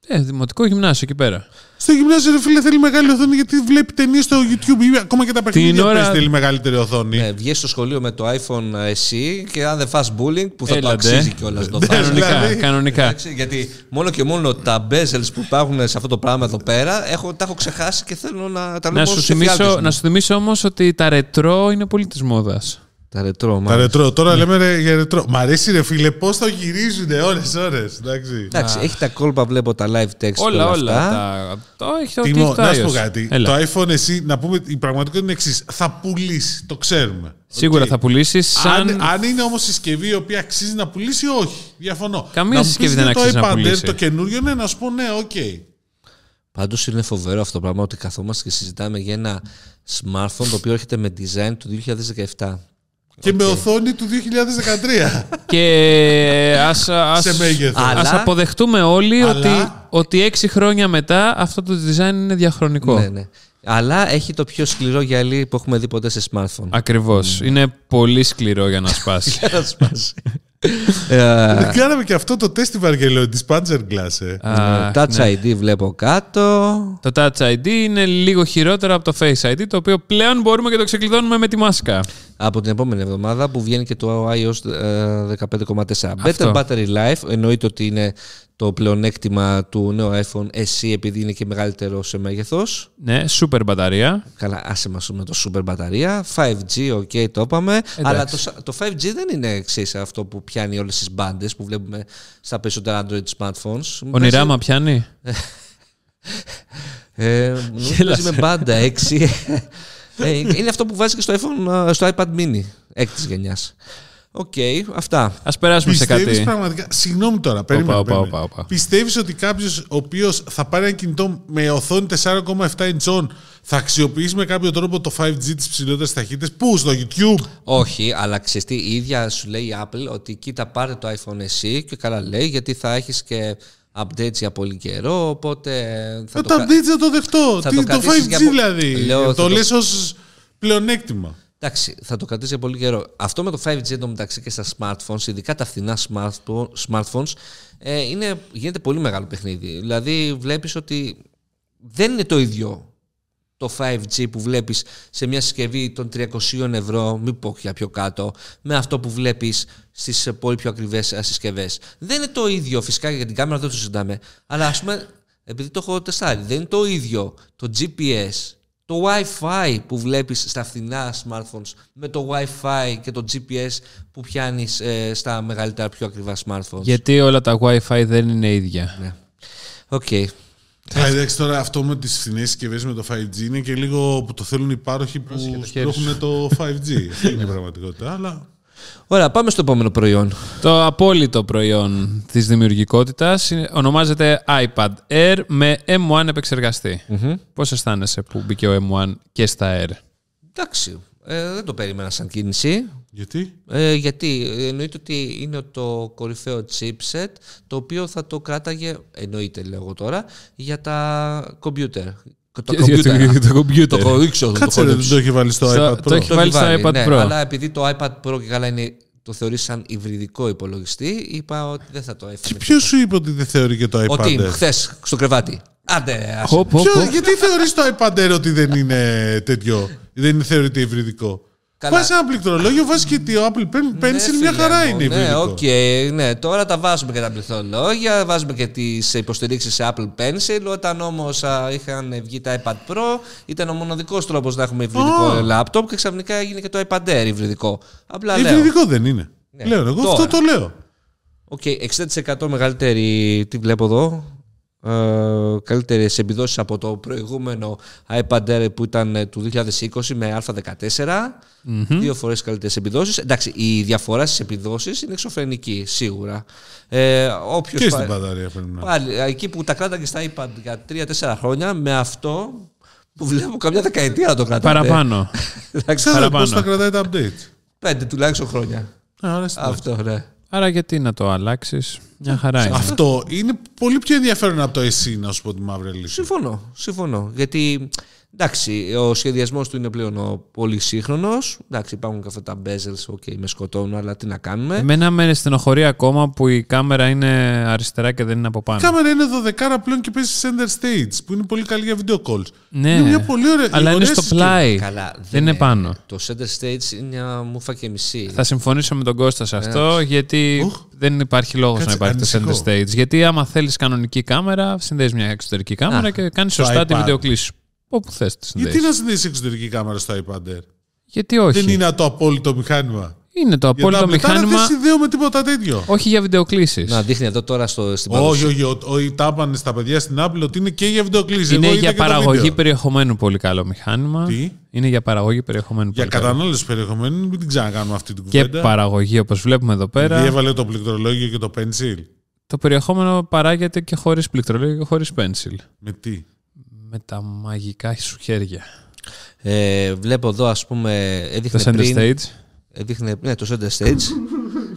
Ε, δημοτικό γυμνάσιο εκεί πέρα.
Στο γυμνάσιο, ρε φίλε, θέλει μεγάλη οθόνη γιατί βλέπει ταινίες στο YouTube ή ακόμα και τα παιχνίδια
ώρα-
πες, θέλει μεγαλύτερη οθόνη.
Ναι, βγες στο σχολείο με το iPhone εσύ και αν δεν φας bullying που θα το
Έλα, ντε.
αξίζει κιόλας το φας.
Κανονικά.
δηλαδή-
κανονικά.
Εντάξει, γιατί μόνο και μόνο τα bezels που υπάρχουν σε αυτό το πράγμα εδώ πέρα έχω, τα έχω ξεχάσει και θέλω να
να,
τα λέω μόνο
σου
στους εφιάλτες
θυμίσω,
μου.
να σου θυμίσω όμως ότι τα ρετρό είναι πολύ της μόδας.
Τα ρετρό,
Τα
μάλλον.
ρετρό,
Ναι.
τώρα λέμε ρε, για ρετρό. Μ' αρέσει ρε φίλε, πώς το γυρίζουν ώρες, ώρες.
Ναι,
Εντάξει.
Εντάξει, έχει τα κόλπα, βλέπω τα live text.
Όλα, όλα.
αυτά.
Τα... Το έχει το
Τιμό,
τι έχει το
να σου πω
iOS.
κάτι.
Έλα.
Το iPhone, εσύ, να πούμε, η πραγματικότητα είναι εξής. Θα πουλήσεις, το ξέρουμε.
Σίγουρα
Οκ.
θα πουλήσεις σαν.
Αν, αν είναι όμως συσκευή η οποία αξίζει να πουλήσει, όχι. Διαφωνώ.
Καμία
Να μου πεις
συσκευή
για
δεν
το
αξίζει να
iPad Air,
πουλήσει.
Το καινούριο, ναι, να σου πω ναι, οκ.
Πάντως είναι φοβερό αυτό το πράγμα ότι καθόμαστε και συζητάμε για ένα smartphone το οποίο έρχεται με design του 2017.
Και με οθόνη του 2013.
Και ας, ας,
σε μέγεθος.
Ας,
ας
Αλλά-
αποδεχτούμε όλοι
Αλλά-
ότι, ότι έξι χρόνια μετά αυτό το design είναι διαχρονικό.
Ναι, ναι. Αλλά έχει το πιο σκληρό γυαλί που έχουμε δει ποτέ σε smartphone.
Ακριβώς.
Ναι.
Είναι πολύ σκληρό για να σπάσει.
Να σπάσει. Ε,
Δεν κάναμε και αυτό το τεστ στη Βαργελόνη της Panzerglass. Ε.
Αχ,
Touch
ναι.
ID βλέπω κάτω.
Το Touch ID είναι λίγο χειρότερο από το Face ID, το οποίο πλέον μπορούμε και το ξεκλειδώνουμε με τη μάσκα.
από την επόμενη εβδομάδα που βγαίνει και το iOS ε, 15.4.
Αυτό.
Better Battery Life εννοείται ότι είναι το πλεονέκτημα του νέου iPhone SE επειδή είναι και μεγαλύτερο σε μέγεθος.
Ναι, super μπαταρία.
Καλά, άσε μας με το super μπαταρία. 5G, οκ, το είπαμε. Αλλά το, σα- το 5G δεν είναι ξέρεις, αυτό που πιάνει όλες τις μπάντες που βλέπουμε στα περισσότερα Android smartphones.
Ονειράμα πιάνει.
Ε, νομίζω παίζει με μπάντα 6. ε, είναι αυτό που βάζει και στο, iPhone, ε, στο iPad mini 6 γενιάς. Οκ, αυτά.
Ας περάσουμε σε
Πιστεύεις
κάτι.
πραγματικά. Συγγνώμη τώρα, περίμενε.
όπα,
περίμενε.
όπα, όπα.
Πιστεύεις ότι κάποιος ο οποίος θα πάρει ένα κινητό με οθόνη 4,7 inch θα αξιοποιήσει με κάποιο τρόπο το 5G της ψηλότερης ταχύτητας. Πού, στο YouTube.
Όχι, αλλά ξέρεις τι, η ίδια σου λέει η Apple ότι κοίτα πάρε το iPhone εσύ και καλά λέει γιατί θα έχεις και updates για πολύ καιρό, οπότε θα
Ε,
το,
Το
κα-
update δεν το δεχτώ.
θα
Τι,
το
το 5G
κρατήσεις για απο-
δηλαδή.
Λέω, θα
το
το-
λες ως πλεονέκτημα.
Εντάξει, θα το κρατήσεις για πολύ καιρό. Αυτό με το 5G εντωμεταξύ και στα smartphones, ειδικά τα φθηνά smartpho- smartphones, ε, είναι, γίνεται πολύ μεγάλο παιχνίδι. Δηλαδή βλέπεις ότι δεν είναι το ίδιο το 5G που βλέπεις σε μια συσκευή των 300 ευρώ, μην πω για πιο κάτω, με αυτό που βλέπεις στις ε, πολύ πιο ακριβές ε, συσκευές. Δεν είναι το ίδιο φυσικά για την κάμερα δεν το συζητάμε, αλλά ας πούμε επειδή το έχω τεστάρει, δεν είναι το ίδιο το GPS, το Wi-Fi που βλέπεις στα φθηνά smartphones με το Wi-Fi και το GPS που πιάνεις ε, στα μεγαλύτερα πιο ακριβά smartphones.
Γιατί όλα τα Wi-Fi δεν είναι ίδια.
Ναι. Οκ.
Α, εντάξει, τώρα αυτό με τις φθηνές συσκευές με το 5G είναι και λίγο που το θέλουν οι πάροχοι που
χέρι
έχουν το 5G. Αυτή είναι η πραγματικότητα. Αλλά
Ωραία, πάμε στο επόμενο προϊόν.
Το απόλυτο προϊόν της δημιουργικότητας είναι- ονομάζεται iPad Air με M1 επεξεργαστή. Πώς αισθάνεσαι που μπήκε ο M1 και στα Air.
Εντάξει, ε, δεν το περίμενα σαν κίνηση.
γιατί.
Ε, γιατί ε, εννοείται ότι είναι το κορυφαίο chipset το οποίο θα το κράταγε, εννοείται λέγω τώρα, για τα computer. Το computer.
Το computer.
Το κορίξω, το
Κάτσε ρε, δεν το
κορίξω.
έχει βάλει στο
Στο-
iPad
το
Pro.
έχει- βάλει στο iPad Pro.
ναι, Αλλά επειδή το iPad Pro και καλά είναι, το θεωρείς σαν υβριδικό υπολογιστή, είπα ότι δεν θα το έφυγε.
Ποιος σου είπε ότι δεν θεωρεί και το iPad
Ότι
Air?
χθες στο κρεβάτι. Άντε, ας-
Χω, πω,
Ποιο-
πω.
γιατί θεωρείς το iPad Air ότι δεν είναι τέτοιο, δεν είναι θεωρείται υβριδικό.
Καλά.
Βάζεις ένα πληκτρολόγιο, βάζεις και το Apple Pen, Pencil,
Ναι, φίλε
μια χαρά
μου,
είναι
Ναι,
υβριδικό.
οκ, ναι. Τώρα τα βάζουμε και τα πληθολόγια, βάζουμε και τις υποστηρίξεις σε Apple Pencil. Όταν όμως είχαν βγει τα iPad Pro, ήταν ο μοναδικός τρόπος να έχουμε υβριδικό
Α.
λάπτοπ και ξαφνικά έγινε και το iPad Air υβριδικό. Απλά λέω.
Υβριδικό δεν είναι.
Ναι.
Λέω εγώ,
Τώρα.
αυτό το λέω.
Οκ, 60% μεγαλύτερη, τι βλέπω εδώ, ε, καλύτερες επιδόσεις από το προηγούμενο iPad Air που ήταν ε, του 2020 με Α14. Δύο φορές καλύτερες επιδόσεις. Εντάξει, η διαφορά στις επιδόσεις είναι εξωφρενική, σίγουρα. Ε, όποιος
Και
πα-
στην μπαταρία πρέπει να.
Πάλι, α, εκεί που τα κράταγε στα iPad για 3-4 χρόνια, με αυτό που βλέπω καμιά δεκαετία να το κρατάτε.
Παραπάνω.
Ναι.
Εντάξει,
Ξέρω
Παραπάνω.
πώ θα κρατάει τα updates.
πέντε τουλάχιστον χρόνια.
Α, ωραία, στην
Αυτό, ναι.
Άρα γιατί να το αλλάξεις. Μια χαρά είναι.
Αυτό είναι πολύ πιο ενδιαφέρον από το εσύ, να σου πω τη μαύρη αλήθεια.
Συμφωνώ, συμφωνώ. Γιατί εντάξει, ο σχεδιασμός του είναι πλέον ο πολύ σύγχρονος. Εντάξει, υπάρχουν και αυτά τα bezels, οκ, με σκοτώνουν, αλλά τι να κάνουμε.
Εμένα με στενοχωρεί ακόμα που η κάμερα είναι αριστερά και δεν είναι από
Η
πάνω.
κάμερα είναι 12 πλέον και παίζει center stage που είναι πολύ καλή για video calls.
Ναι,
Είναι μια πολύ ωραία.
αλλά είναι
ωραία
στο
συσκευή.
πλάι.
Καλά,
Δεν είναι πάνω.
Ε, Το center stage είναι μια μουφα και μισή.
Θα συμφωνήσω με τον Κώστας σε αυτό, γιατί δεν υπάρχει λόγος να
Κάτσε,
υπάρχει το
ανησυχώ.
center stage. Γιατί άμα θέλεις κανονική κάμερα, συνδέεις μια εξωτερική κάμερα και κάνεις σωστά τη
iPad.
βιντεοκλήση. Όπου θες τη συνδέει.
Γιατί
Γιατί,
να συνδέσεις εξωτερική κάμερα στο iPad Air.
όχι.
Δεν
είναι...
είναι το απόλυτο μηχάνημα.
το
Για τα
απόλυτο
απλά
μηχάνημα,
Δεν συνδέω με τίποτα τέτοιο.
όχι για βιντεοκλήσεις.
Να δείχνει εδώ τώρα στο, στην
Όχι,
παρουσία.
όχι, ο- ο- τα πάνε στα παιδιά στην Apple ότι είναι και για βιντεοκλήση.
Είναι
Εγώ είδα
για
και το
παραγωγή
βίντεο.
περιεχομένου πολύ καλό μηχάνημα.
Τι?
Είναι για παραγωγή περιεχομένου
Για
πολύ καλό.
κατανάλωση περιεχομένου, μην την ξανακάνουμε αυτή την
Και
κουβέντα.
παραγωγή, όπως βλέπουμε εδώ πέρα.
Γιατί έβαλε το πληκτρολόγιο και το pencil.
Το περιεχόμενο παράγεται και χωρίς πληκτρολόγιο και χωρίς pencil.
Με τι.
Με τα μαγικά σου χέρια.
Ε, βλέπω εδώ, ας πούμε,
Το
έδειχνε
center
πριν.
stage.
Έδειχνε, ναι, το center stage.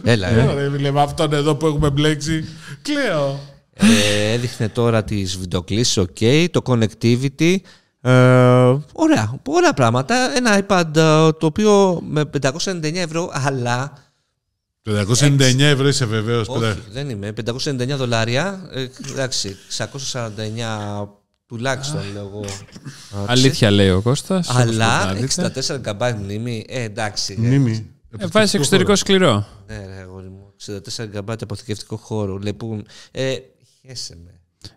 Έλα,
Ναι.
ε.
Ωραία, λέμε αυτόν εδώ που έχουμε μπλέξει. Κλαίω.
Ε, έδειχνε τώρα τις βιντεοκλήσεις, ok, το connectivity. Ε, ωραία, πολλά πράγματα. Ένα iPad ε, το οποίο με 599 ευρώ, αλλά...
599 ευρώ είσαι βεβαίως.
Όχι, δεν είμαι. 599 δολάρια. Ε, εντάξει, 649 τουλάχιστον λέγω.
Αλήθεια λέει ο Κώστας. όπως
Αλλά
πρέπει να δείτε.
64 GB μνήμη, ε, εντάξει. ε,
Μνήμη.
Ε, Βάζει εξωτερικό σκληρό.
Ναι, ρε, αγόρι μου. 64 GB αποθηκευτικό χώρο. Λοιπόν, ε, χέσε με.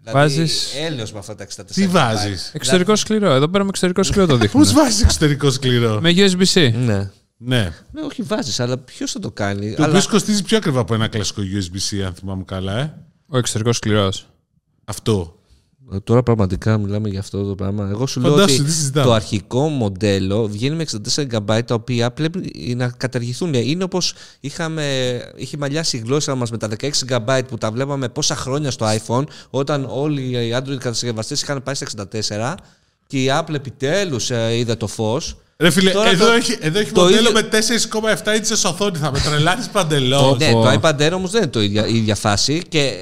Δηλαδή,
Βάζεις-
έλεος με αυτά τα 64
Τι
GB.
βάζεις.
Εξωτερικό σκληρό. Εδώ πέρα με εξωτερικό σκληρό το
Πώ
δείχνουν.
βάζεις εξωτερικό σκληρό.
με USB-C.
Ναι.
Ναι.
Ναι, όχι βάζεις, αλλά ποιος θα το κάνει.
Το
αλλά...
οποίο κοστίζει πιο ακριβά από ένα κλασικό USB-C, αν θυμάμαι καλά, ε.
Ο εξωτερικός σκληρός.
Αυτό.
Ε, Τώρα πραγματικά μιλάμε για αυτό το πράγμα. Εγώ σου λέω
Φαντάσου,
ότι
τι συζητάμε.
το αρχικό μοντέλο βγαίνει με 64 GB τα οποία πρέπει να καταργηθούν. Ναι, Είναι όπως είχε μαλλιάσει η γλώσσα μας με τα 16 GB που τα βλέπαμε πόσα χρόνια στο iPhone όταν όλοι οι Android κατασκευαστές είχαν πάει στα 64 και η Apple επιτέλους είδε το φως.
Ρε φίλε,
Τώρα
εδώ,
το-
έχει, εδώ έχει
το
μοντέλο
ίδιο-
με 4,7 inches οθόνη. Θα με τρελάνεις παντελώς.
Ναι,
Πω.
το iPad Air όμως δεν είναι το ίδια, η ίδια φάση και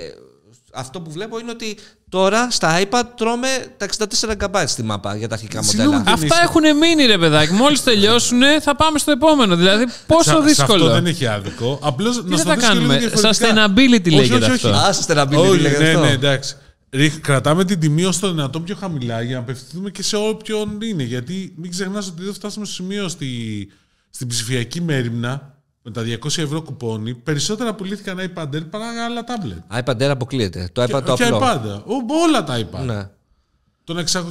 αυτό που βλέπω είναι ότι τώρα στα iPad τρώμε τα 64 GB στη μάπα για τα αρχικά
Συγγνώμη,
μοντέλα.
δεν
Αυτά
είσαι-
έχουν μείνει ρε παιδάκι. Μόλις τελειώσουν θα πάμε στο επόμενο. Δηλαδή πόσο
Σε- σε
δύσκολο.
Αυτό δεν έχει άδικο. Απλώς
Τι
να
θα
στο δεις και λίγο
κάνουμε.
διαφορετικά.
Sustainability
Όχι,
λέγεται
όχι, όχι.
αυτό.
Άσε τα να μπει
Όχι,
λέγεται
ναι,
αυτό.
ναι, εντάξει. ρίχ- κρατάμε την τιμή ως το δυνατόν πιο χαμηλά για να απευθυνθούμε και σε όποιον είναι. Γιατί μην ξεχνάς ότι δεν φτάσαμε στο σημείο στη, στην ψηφιακή μέρημνα με τα 200 ευρώ κουπόνι. Περισσότερα πουλήθηκαν iPad Air παρά άλλα tablet.
iPad Air αποκλείεται. Το iPad το
και
απλό.
iPad. Ω, όλα τα iPad.
Ναι.
Των 600 των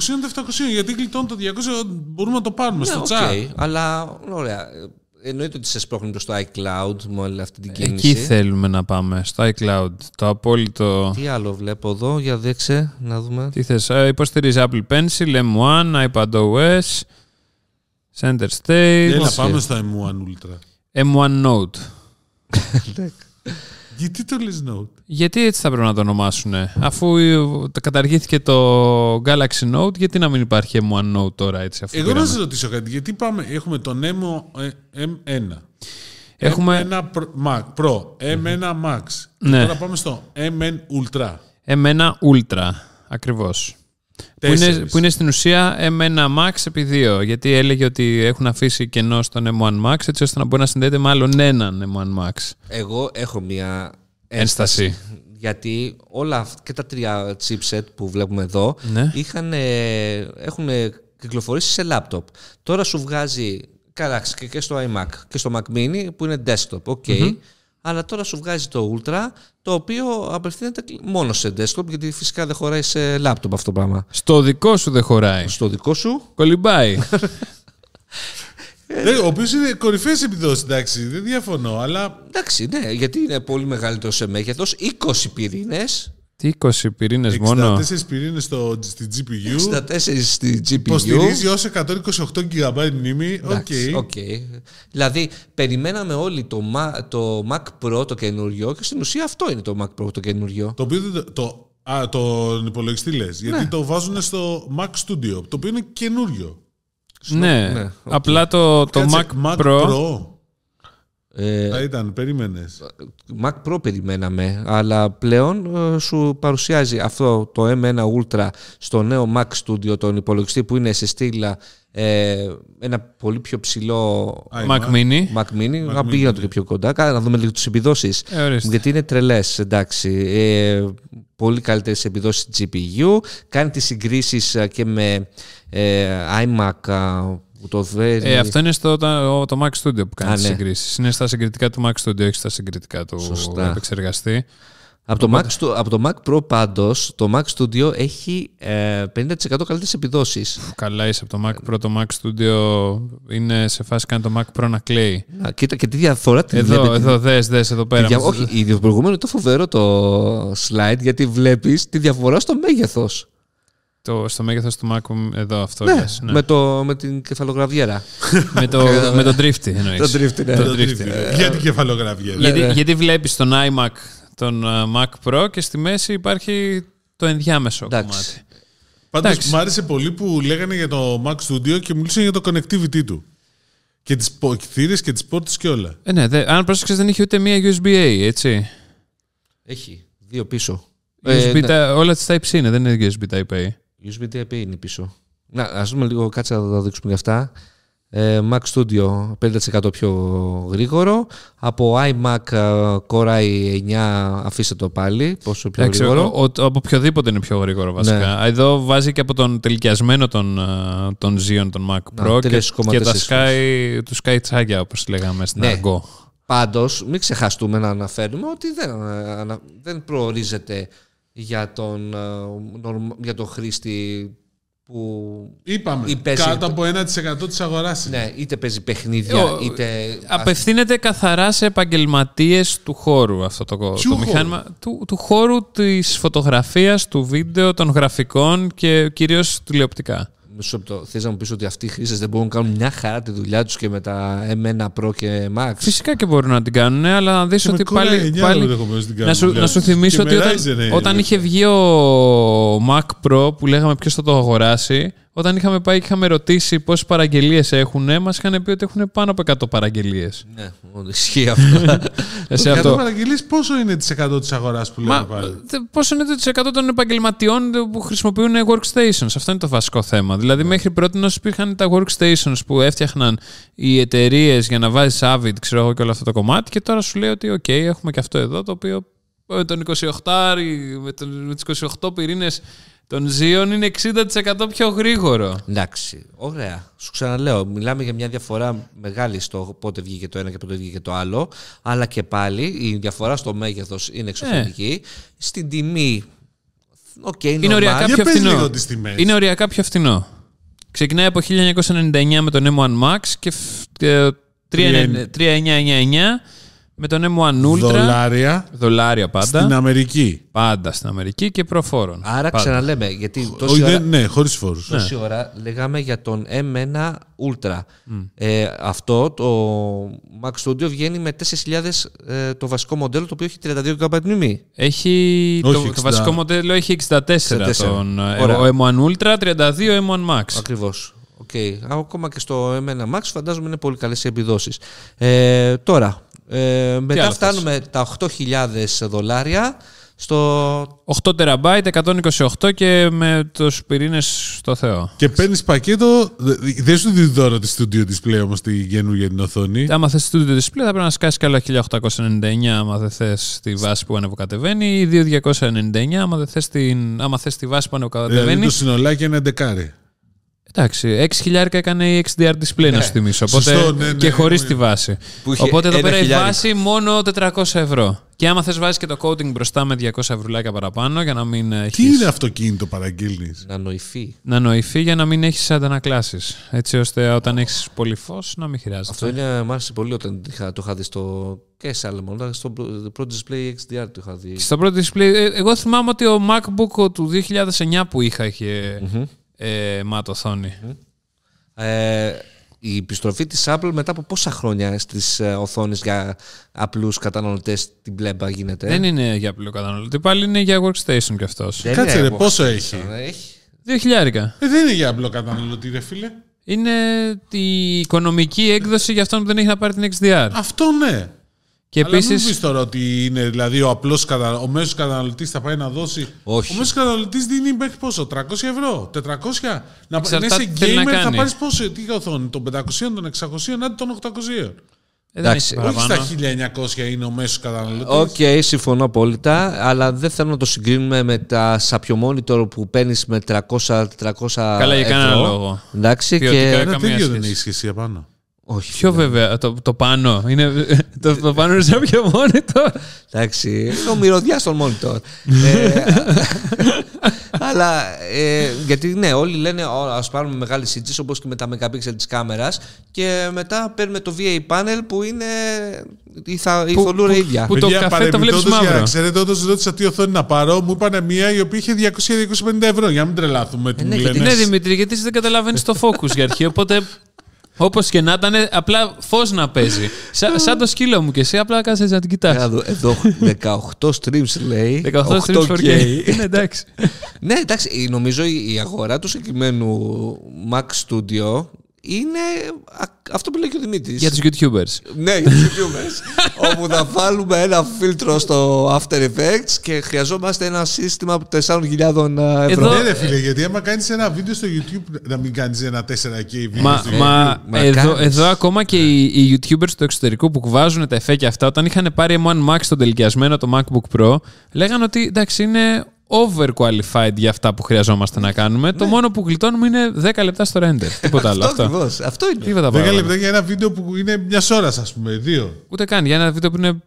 700. Γιατί γλιτώνει το 200, μπορούμε να το πάρουμε
Ναι,
στο
οκ,
chat.
αλλά ωραία. Εννοείται ότι σε σπρώχνει το στο iCloud με όλη αυτή
Ε,
την κίνηση.
Εκεί θέλουμε να πάμε, στο iCloud. Το απόλυτο.
Τι άλλο βλέπω εδώ, για δέξε, να δούμε.
Τι θες, ε, υποστηρίζει Apple Pencil, M1, iPadOS, Center Stage,
Έλα, πάμε στα M1 Ultra.
M1 Note.
Γιατί το λες Note.
Γιατί έτσι θα πρέπει να το ονομάσουν, αφού το καταργήθηκε το Galaxy Note, γιατί να μην υπάρχει M1 Note τώρα έτσι. Αφού
Εγώ να
πήραμε.
σα ρωτήσω κάτι. Γιατί πάμε, έχουμε τον M, ε, M1.
Έχουμε
M1 Pro, Mac, Pro, M1 Max. Και
Ναι.
Τώρα πάμε στο M1 Ultra.
M1 Ultra, ακριβώς. Που είναι,
Τέσσερις.
που είναι στην ουσία M1 Max επί 2. Γιατί έλεγε ότι έχουν αφήσει κενό στον M1 Max έτσι ώστε να μπορεί να συνδέεται με άλλον έναν M1 Max.
Εγώ έχω μια
Ένσταση.
γιατί όλα αυ- και τα τρία chipset που βλέπουμε εδώ
Ναι.
είχαν, ε, έχουν ε, κυκλοφορήσει σε laptop. Τώρα σου βγάζει καράξ και, και στο iMac και στο Mac Mini που είναι desktop, οκ. Αλλά τώρα σου βγάζει το Ultra το οποίο απευθύνεται μόνο σε desktop γιατί φυσικά δεν χωράει σε laptop αυτό το πράγμα.
Στο δικό σου δεν χωράει.
Στο δικό σου
Κολυμπάει.
Ε, ο οποίος είναι κορυφαίες επιδόσεις, εντάξει, δεν διαφωνώ, αλλά
εντάξει ναι γιατί είναι πολύ μεγαλύτερος σε μέγεθος 20 πυρήνες
Τι 20 πυρήνες μόνο.
64 πυρήνε στη GPU
64 στη GPU.
υποστηρίζει ως 128 GB μνήμη. Οκ.
Εντάξει, οκ. Δηλαδή, περιμέναμε όλοι το, Ma- το Mac Pro το καινούριο και στην ουσία αυτό είναι το Mac Pro το καινούριο.
Το οποίο δεν το, το, α, τον υπολογιστή λες. Γιατί το βάζουν στο Mac Studio, το οποίο είναι καινούριο.
Ναι.
Ναι, οκ.
Απλά το, το
Κάτσε,
Mac, Pro.
Ε,
Θα ήταν, περίμενες.
Mac Pro περιμέναμε, αλλά πλέον ε, σου παρουσιάζει αυτό το M1 Ultra στο νέο Mac Studio, τον υπολογιστή που είναι σε στήλα ε, ένα πολύ πιο ψηλό
Mac Mini.
Mac Mini. Mac Πήγαινε το και πιο κοντά, Κάτσε να δούμε λίγο τις επιδόσεις.
Ε, ορίστε.
Γιατί είναι τρελές, εντάξει. Ε, πολύ καλύτερες επιδόσεις GPU. Κάνει τις συγκρίσεις και με ε, iMac α, που το φέρνει.
Ε, αυτό είναι στο το, το Mac Studio που κάνει
Α,
τις
ναι.
συγκρίσεις. Είναι στα συγκριτικά του Mac Studio, όχι στα συγκριτικά του
Σωστά.
επεξεργαστή.
από, το Mac, Stu- από το Mac Pro πάντως, το Mac Studio έχει ε, 50% καλύτερες επιδόσεις.
Που καλά είσαι από το
Ε.
Mac Pro. Το Mac Studio είναι σε φάση κάνει το Mac Pro να κλαίει.
Κοίτα και τη διαφορά τη
Εδώ,
βλέπετε.
εδώ, δες, δες, εδώ
Τη
πέρα.
δια-
Μας-
Ναι, όχι, η- το προηγούμενο ήταν φοβερό το slide γιατί βλέπεις τη διαφορά στο μέγεθος.
Το, στο μέγεθος του Mac, εδώ αυτό
Ναι,
λες, ναι.
Με, το, με την κεφαλογραβιέρα.
με, το, με τον Drifty εννοείς.
ε. Το ναι, drift, ναι.
Το Ε,
Το Ε,
drift.
τρίφτη. Για την κεφαλογραφία.
γιατί, γιατί βλέπεις τον iMac, τον ε, Mac Pro και στη μέση υπάρχει το ενδιάμεσο κομμάτι.
Εντάξει.
Πάντως
Εντάξει.
μου άρεσε πολύ που λέγανε για το Mac Studio και μιλούσαν για το connectivity του. Και τις κτίρε και τις πόρτες και όλα.
Ε, ναι, δε- αν πρόσεξες δεν είχε ούτε μία USB-A, έτσι.
Έχει δύο πίσω.
Ε, USB,
ναι.
τα- όλα τις Type-C είναι, δεν είναι USB Type-A.
USB Type-A είναι πίσω. Να, ας δούμε λίγο, κάτσε να τα δείξουμε γι' αυτά. Ε, Mac Studio 5% πιο γρήγορο. Από iMac ε, Core i9 αφήστε το πάλι, πόσο πιο
Εντάξει,
γρήγορο. Ναι.
ο- ο- από οποιοδήποτε είναι πιο γρήγορο βασικά. Εδώ βάζει και από τον τελικιασμένο των, ε, των Xeon, των Mac
Να,
Pro και,
3,4
και τα Sky, του Sky Tsaga, όπως λέγαμε στην
Ναι.
αργό.
Πάντως, μην ξεχαστούμε να αναφέρουμε ότι δεν, ε, ανα- δεν προορίζεται για τον, ε, νορμ- για τον χρήστη που
Είπαμε.
Ή πέσει-
κάτω από 1% της αγοράς.
ναι, είτε παίζει παιχνίδια,
Ε, Ο-
είτε...
Απευθύνεται καθαρά σε επαγγελματίες του χώρου αυτό το, το
Ποιου
μηχάνημα. Του, του χώρου της φωτογραφίας, του βίντεο, των γραφικών και κυρίως τηλεοπτικά.
Μισό λεπτό. Θες να μου πεις ότι αυτοί οι χρήστες δεν μπορούν να κάνουν μια χαρά τη δουλειά τους και με τα M1 Pro και Max.
Φυσικά και μπορούν να την κάνουν, ναι, αλλά να δεις
με
ότι
Core
πάλι.
i9
πάλι
ενδεχομένως την
να,
κάνουν
σου,
δουλειά.
να σου θυμίσω
Και
ότι
με
όταν,
Ryzen, ε,
όταν
είναι.
είχε βγει ο Mac Pro που λέγαμε ποιος θα το αγοράσει, όταν είχαμε πάει και είχαμε ρωτήσει πόσες παραγγελίες έχουν, μας είχαν πει ότι έχουν πάνω από 100 παραγγελίες.
Ναι, όντως, ισχύει αυτό.
Σε
100
αυτό.
παραγγελίες πόσο είναι τη 100 της αγοράς που λέμε
Μα, ε,
πάλι.
δε- πόσο είναι το 1% των επαγγελματιών που χρησιμοποιούν workstations. Αυτό είναι το βασικό θέμα. Δηλαδή, μέχρι πρώτη υπήρχαν τα workstations που έφτιαhnαν οι εταιρείες για να βάζει Avid, ξέρω εγώ και όλο αυτό το κομμάτι. Και τώρα σου λέει ότι, OK, έχουμε και αυτό εδώ το οποίο με, τον 28, με, τον, με τις 28 πυρήνες των ζύων είναι 60% πιο γρήγορο.
Εντάξει, ωραία. Σου ξαναλέω, μιλάμε για μια διαφορά μεγάλη στο πότε βγήκε το ένα και πότε βγήκε το άλλο. Αλλά και πάλι η διαφορά στο μέγεθος είναι εξωφρενική. Στην τιμή. Οκ,
Ναι. Είναι οριακά
Για
πιο
πες
φθηνό.
λίγο τις τιμές.
Είναι οριακά πιο φθηνό. Ξεκινάει από 1999 με τον M1 Max και φ- και 3999 με τον M1 Ultra.
Δολάρια
Δολάρια πάντα.
στην Αμερική.
Πάντα στην Αμερική και προφόρων.
Άρα
Πάντα.
ξαναλέμε, γιατί τόση
Όχι,
ώρα,
δεν- ναι, χωρίς φόρους.
τόση ώρα λέγαμε για τον M1 Ultra. Ε, αυτό το Max Studio βγαίνει με 4.000 ε, το βασικό μοντέλο το οποίο έχει 32 GB μνήμη.
Έχει,
Όχι,
το, το
60.
βασικό μοντέλο έχει 64,
64.
τον ε,
Ωραία.
ο M1 Ultra, 32 M1 Max.
Ακριβώς. Οκ. Ακόμα και στο M1 Max φαντάζομαι είναι πολύ καλές οι επιδόσεις. Ε, τώρα, ε, μετά
άλλο θες?
φτάνουμε τα 8.000 δολάρια στο.
8 TB, 128 και με τους πυρήνες στο Θεό.
Και παίρνεις πακέτο. δε- Δεν σου δίνει δώρο τη studio display όμως τη καινούργια την οθόνη.
Ε, Άμα θες studio display θα πρέπει να σκάσεις και άλλα 1899 άμα δεν θες τη βάση που ανεβοκατεβαίνει ή 2299 άμα, δεν θες την, άμα θες τη βάση που
Δηλαδή
ανεβοκατεβαίνει.
το συνολάκι είναι εντεκάρι.
Εντάξει, 6.000 έκανε η XDR display να σου θυμίσω. Οπότε,
Ε, Σωστό, ναι, ναι,
και
ναι,
χωρίς
ναι.
τη βάση.
Που είχε
Οπότε εδώ
ένα
πέρα η
χιλιάρικο.
βάση μόνο 400 ευρώ. Και άμα θες βάζεις και το coating μπροστά με 200 ευρουλάκια παραπάνω για να μην
Τι
έχεις...
είναι αυτοκίνητο παραγγείλνεις.
Να νοηθεί.
Να νοηθεί για να μην έχεις αντανακλάσεις. Έτσι ώστε όταν έχεις πολύ φως να μην χρειάζεται.
Αυτό είναι, μ' άρεσε πολύ όταν είχα- το είχα δει στο. και σε άλλο μόνο. Στο πρώτο display XDR το είχα δει.
Στο πρώτο display, ε, εγώ θυμάμαι ότι ο MacBook του 2009 που είχα είχε ε, μάτ οθόνη.
Ε, η επιστροφή της Apple μετά από πόσα χρόνια στις ε, οθόνες για απλούς καταναλωτές την πλέμπα γίνεται.
Δεν είναι για απλό καταναλωτή, πάλι είναι για workstation κι αυτός.
Δεν
Κάτσε
είναι
ρε,
από-
πόσο έχει.
Ε, Έχει.
2000.
Ε, δεν είναι για απλό καταναλωτή, ρε φίλε.
Είναι η οικονομική έκδοση για αυτόν που δεν έχει να πάρει την XDR.
Αυτό ναι.
και ε,
Αλλά μην
επίσης.
πεις τώρα ότι είναι δηλαδή ο απλός κατα... ο μέσος καταναλωτής θα πάει να δώσει...
Όχι.
Ο μέσος καταναλωτής δίνει μέχρι πόσο, 300 ευρώ, 400. Να πα- να
Εξαρτάται
είσαι
τι θέλει να
gamer θα
κάνει. πάρεις
πάρεις πόσο, τι οθόνη, των 500, των 600, άντε των 800.
Εντάξει,
Όχι στα 1900 είναι ο μέσος καταναλωτής.
Οκ, συμφωνώ απόλυτα, αλλά δεν θέλω να το συγκρίνουμε με τα σαπιο monitor που παίρνεις με 300-300
Καλά, για κανένα λόγο.
Εντάξει,
Ποιοτικά
και...
Ένα
καμία
τέτοιο δεν
σχέση.
έχει σχέση απάνω.
Όχι.
Ποιο βέβαια, το, το πάνω. Είναι, το, το πάνω είναι σαν πιο monitor.
Εντάξει, το μυρωδιά στον monitor. ε, αλλά ε, γιατί ναι, όλοι λένε «Ω, ας πάρουμε μεγάλη σύντηση όπως και με τα megapixel της κάμερας και μετά παίρνουμε το VA panel που είναι η, θα, η
Που-
θολούρα
που-
ίδια.
που- το
Παιδιά,
καφέ το
παρεμπιπτόντως,
βλέπεις
Για να
μαύρο.
ξέρετε, όταν ρώτησα τι οθόνη να πάρω, μου είπαν μία η οποία είχε 200-250 ευρώ. Για να μην τρελάθουμε. τι
ναι,
μου
γιατί
λένε.
Ναι, Δημήτρη, γιατί εσύ δεν καταλαβαίνεις το focus για αρχή. Οπότε, όπως και να ήταν, απλά φως να παίζει. Σα- σαν το σκύλο μου και εσύ, απλά κάτσε να την
Να
κοιτά.
δω, Εδώ 18 streams λέει.
18 streams
8K.
4K. Ναι, εντάξει.
Ναι, εντάξει, η- νομίζω η η αγορά του συγκεκριμένου Mac Studio είναι α- αυτό που λέει και ο Δημήτρης.
Για τους YouTubers.
Ναι, για τους YouTubers. όπου θα βάλουμε ένα φίλτρο στο After Effects και χρειαζόμαστε ένα σύστημα από 4.000 ευρώ.
Εδώ-
Ναι, ρε φίλε, γιατί άμα κάνεις ένα βίντεο στο YouTube, να μην κάνεις ένα 4K βίντεο.
Μα,
στο
μα
μα
εδώ,
κάνεις.
εδώ ακόμα και οι, οι YouTubers του εξωτερικού που κουβάζουν τα εφέκια αυτά, όταν είχαν πάρει M1 Max τον τελικιασμένο το MacBook Pro, λέγανε ότι εντάξει είναι overqualified για αυτά που χρειαζόμαστε να κάνουμε. Το μόνο που γλιτώνουμε είναι 10 λεπτά στο render. Τίποτα άλλο. αυτό.
αυτό. Ακριβώς, αυτό είναι.
Τίποτα
10
παραπάνω.
λεπτά για ένα βίντεο που είναι μιας ώρας, ας πούμε, δύο.
Ούτε καν. Για ένα βίντεο που είναι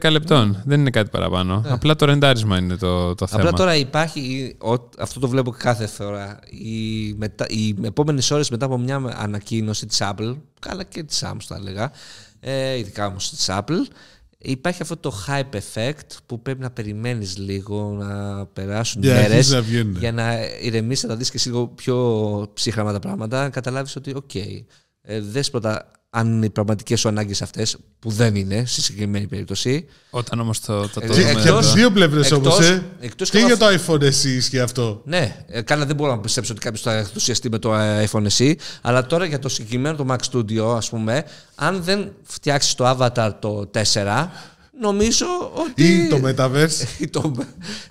5-10 λεπτών. Δεν είναι κάτι παραπάνω. Απλά το ρεντάρισμα είναι το, το θέμα.
Απλά τώρα υπάρχει, η- ο- αυτό το βλέπω κάθε φορά, οι, μετα, οι επόμενες ώρες μετά από μια ανακοίνωση της Apple, καλά και της Samsung θα έλεγα, ε, ειδικά όμως της Apple, υπάρχει αυτό το hype effect που πρέπει να περιμένεις λίγο να περάσουν
Για να
μέρες
αρχίσουν να βγαίνουν.
για να ηρεμήσεις, να τα δεις και εσύ λίγο πιο ψύχραμα τα πράγματα, να καταλάβεις ότι οκ, ε, δες πρώτα αν είναι οι πραγματικές σου ανάγκες αυτές, που δεν είναι στη συγκεκριμένη περίπτωση,
Όταν όμως το, το, το
Ε,
Και,
δούμε
και από
εδώ.
τι δύο πλευρές
εκτός-
όμω, ε.
εκτός
και
και
για
από
το iPhone εσύ ισχύει αυτό.
Ναι, ε, καλά δεν μπορώ να πιστέψω ότι κάποιος θα ενθουσιαστεί με το ε, iPhone SE, αλλά τώρα για το συγκεκριμένο το Mac Studio, ας πούμε, αν δεν φτιάξεις το Avatar το 4, νομίζω ότι.
Ή το Metaverse.
Ή το,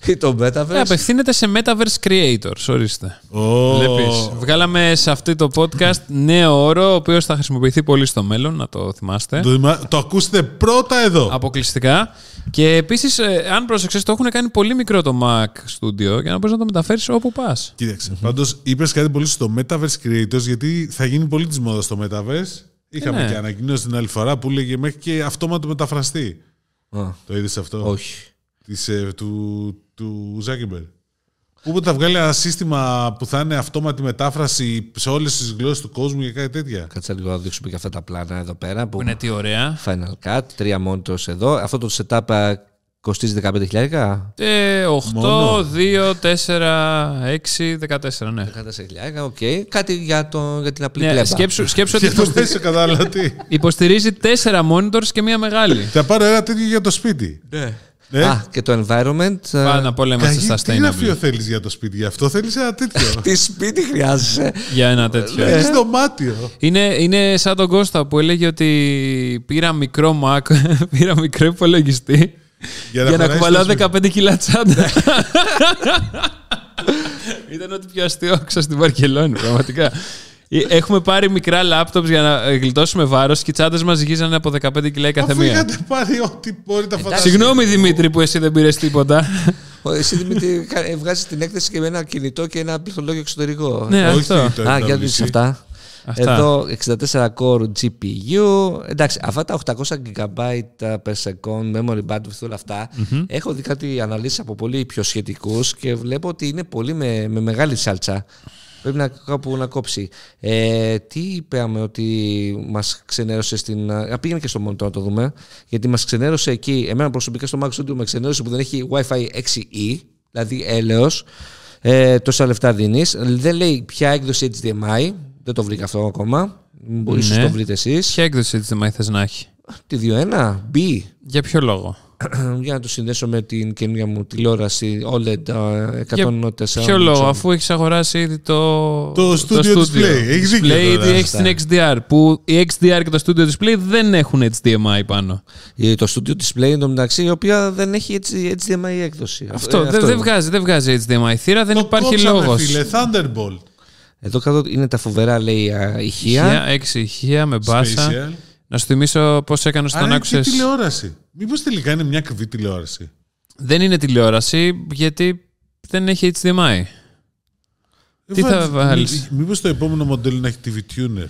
ή το Metaverse.
Ε, απευθύνεται σε Metaverse Creators, ορίστε.
Ω.
Βλέπεις. Βγάλαμε σε αυτό το podcast νέο όρο, ο οποίος θα χρησιμοποιηθεί πολύ στο μέλλον, να το θυμάστε.
Το, είμα- το ακούσετε πρώτα εδώ.
Αποκλειστικά. Και επίσης, αν πρόσεξες, το έχουν κάνει πολύ μικρό το Mac Studio για να μπορείς να το μεταφέρεις όπου πας.
Κοίταξε. Πάντως είπες κάτι πολύ στο Metaverse Creators, γιατί θα γίνει πολύ της μόδας στο Metaverse. Είχαμε
ναι.
και ανακοίνωση την άλλη φορά που λέγε μέχρι και αυτόματο μεταφραστή.
Α,
Το είδες αυτό.
όχι.
Της, ε, του, του Zuckerberg. Που είπε, θα βγάλει ένα σύστημα που θα είναι αυτόματη μετάφραση σε όλες τις γλώσσες του κόσμου και κάτι τέτοια.
Κάτσε λίγο να δείξουμε και αυτά τα πλάνα εδώ πέρα. Που
Είναι τι ωραία.
Final Cut, τρία monitors εδώ. Αυτό το setup ε, κοστίζει 15.000.
Ε, 8, 2, 4, 6, 14, ναι.
14.000, οκ. Κάτι για, το, για την απλή
ναι
κλέπα.
σκέψου, σκέψου ότι
Για το
υποστη-
θέσει ο καταναλωτή.
υποστηρίζει 4 monitors και μία μεγάλη.
Θα πάρω ένα τέτοιο για το σπίτι. Ε,
Α, και το environment. ε,
Πάνω απ' όλα
Καγί,
είμαστε
τι
στα
γραφείο θέλεις για το σπίτι, γι' αυτό θέλεις ένα τέτοιο.
Τι σπίτι χρειάζεσαι.
για ένα τέτοιο.
Θέλεις δωμάτιο.
Είναι, είναι σαν τον Κώστα που έλεγε ότι πήρα μικρό Mac, πήρα μικρό υπολογιστή για
Για να
να,
χωράει
κουβαλάω
στο σπίτι.
15 κιλά τσάντα. Ήταν ό,τι πιο αστείο άκουσα στη Βαρκελόνη, πραγματικά. Ε, Έχουμε πάρει μικρά λάπτοπ για να ε, γλιτώσουμε βάρος και οι τσάντες μας γύζανε από 15 κιλά η κάθε
Αφού
μία.
είχατε πάρει ό,τι μπορεί τα φανταστείτε.
Συγγνώμη Δημήτρη που εσύ δεν πήρες τίποτα.
Ο- Εσύ Δημήτρη βγάζεις την έκθεση και με ένα κινητό και ένα πληθολόγιο εξωτερικό.
ναι,
Όχι,
αυτό.
Ε, το
Α, για να
WC.
δεις αυτά.
Αυτά.
Εδώ 64 core GPU. Εντάξει, αυτά τα 800 GB per second memory bandwidth, όλα αυτά, Έχω δει κάτι αναλύσεις από πολύ πιο σχετικούς και βλέπω ότι είναι πολύ με, με μεγάλη σάλτσα. Πρέπει να, κάπου να κόψει. Ε, τι είπαμε ότι μας ξενέρωσε στην. Α, πήγαινε και στο monitor να το δούμε. Γιατί μας ξενέρωσε εκεί. Εμένα προσωπικά στο Mac Studio με ξενέρωσε που δεν έχει WiFi 6E, δηλαδή έλεος ε, τόσα λεφτά δίνεις. Δεν λέει ποια έκδοση HDMI. Δεν το βρήκα αυτό ακόμα. Μπορεί να
Ναι.
το βρείτε εσείς.
Ποια έκδοση της μάχη να έχει.
Τη 2.1 B.
Για ποιο λόγο.
Για να το συνδέσω με την καινούργια μου τηλεόραση OLED ε, 104.
Ποιο λόγο, αφού έχεις αγοράσει ήδη το.
Το studio display. Έχεις δίκιο
Display
τώρα.
ήδη έχεις την XDR. Που η XDR και το studio display δεν έχουν HDMI πάνω.
Ε, Το Studio Display εντωμεταξύ, η οποία δεν έχει έτσι HDMI έκδοση.
Αυτό,
Ε,
δεν δεν
είναι.
βγάζει, δεν βγάζει HDMI θύρα, δεν
Το
υπάρχει
κόψαμε,
λόγος.
Φίλε, Thunderbolt.
Εδώ κάτω είναι τα φοβερά, λέει, α, ηχεία.
Ηχεία, έξι ηχεία με μπάσα.
Spatial.
Να σου θυμίσω πώς έκανες όταν
Άρα είναι και
άκουσες.
τηλεόραση. Μήπως τελικά είναι μια κρυβή τηλεόραση.
Δεν είναι τηλεόραση, γιατί δεν έχει HDMI. Τι θα βάλεις?
Μήπως το επόμενο μοντέλο να έχει TV Tuner. Ναι,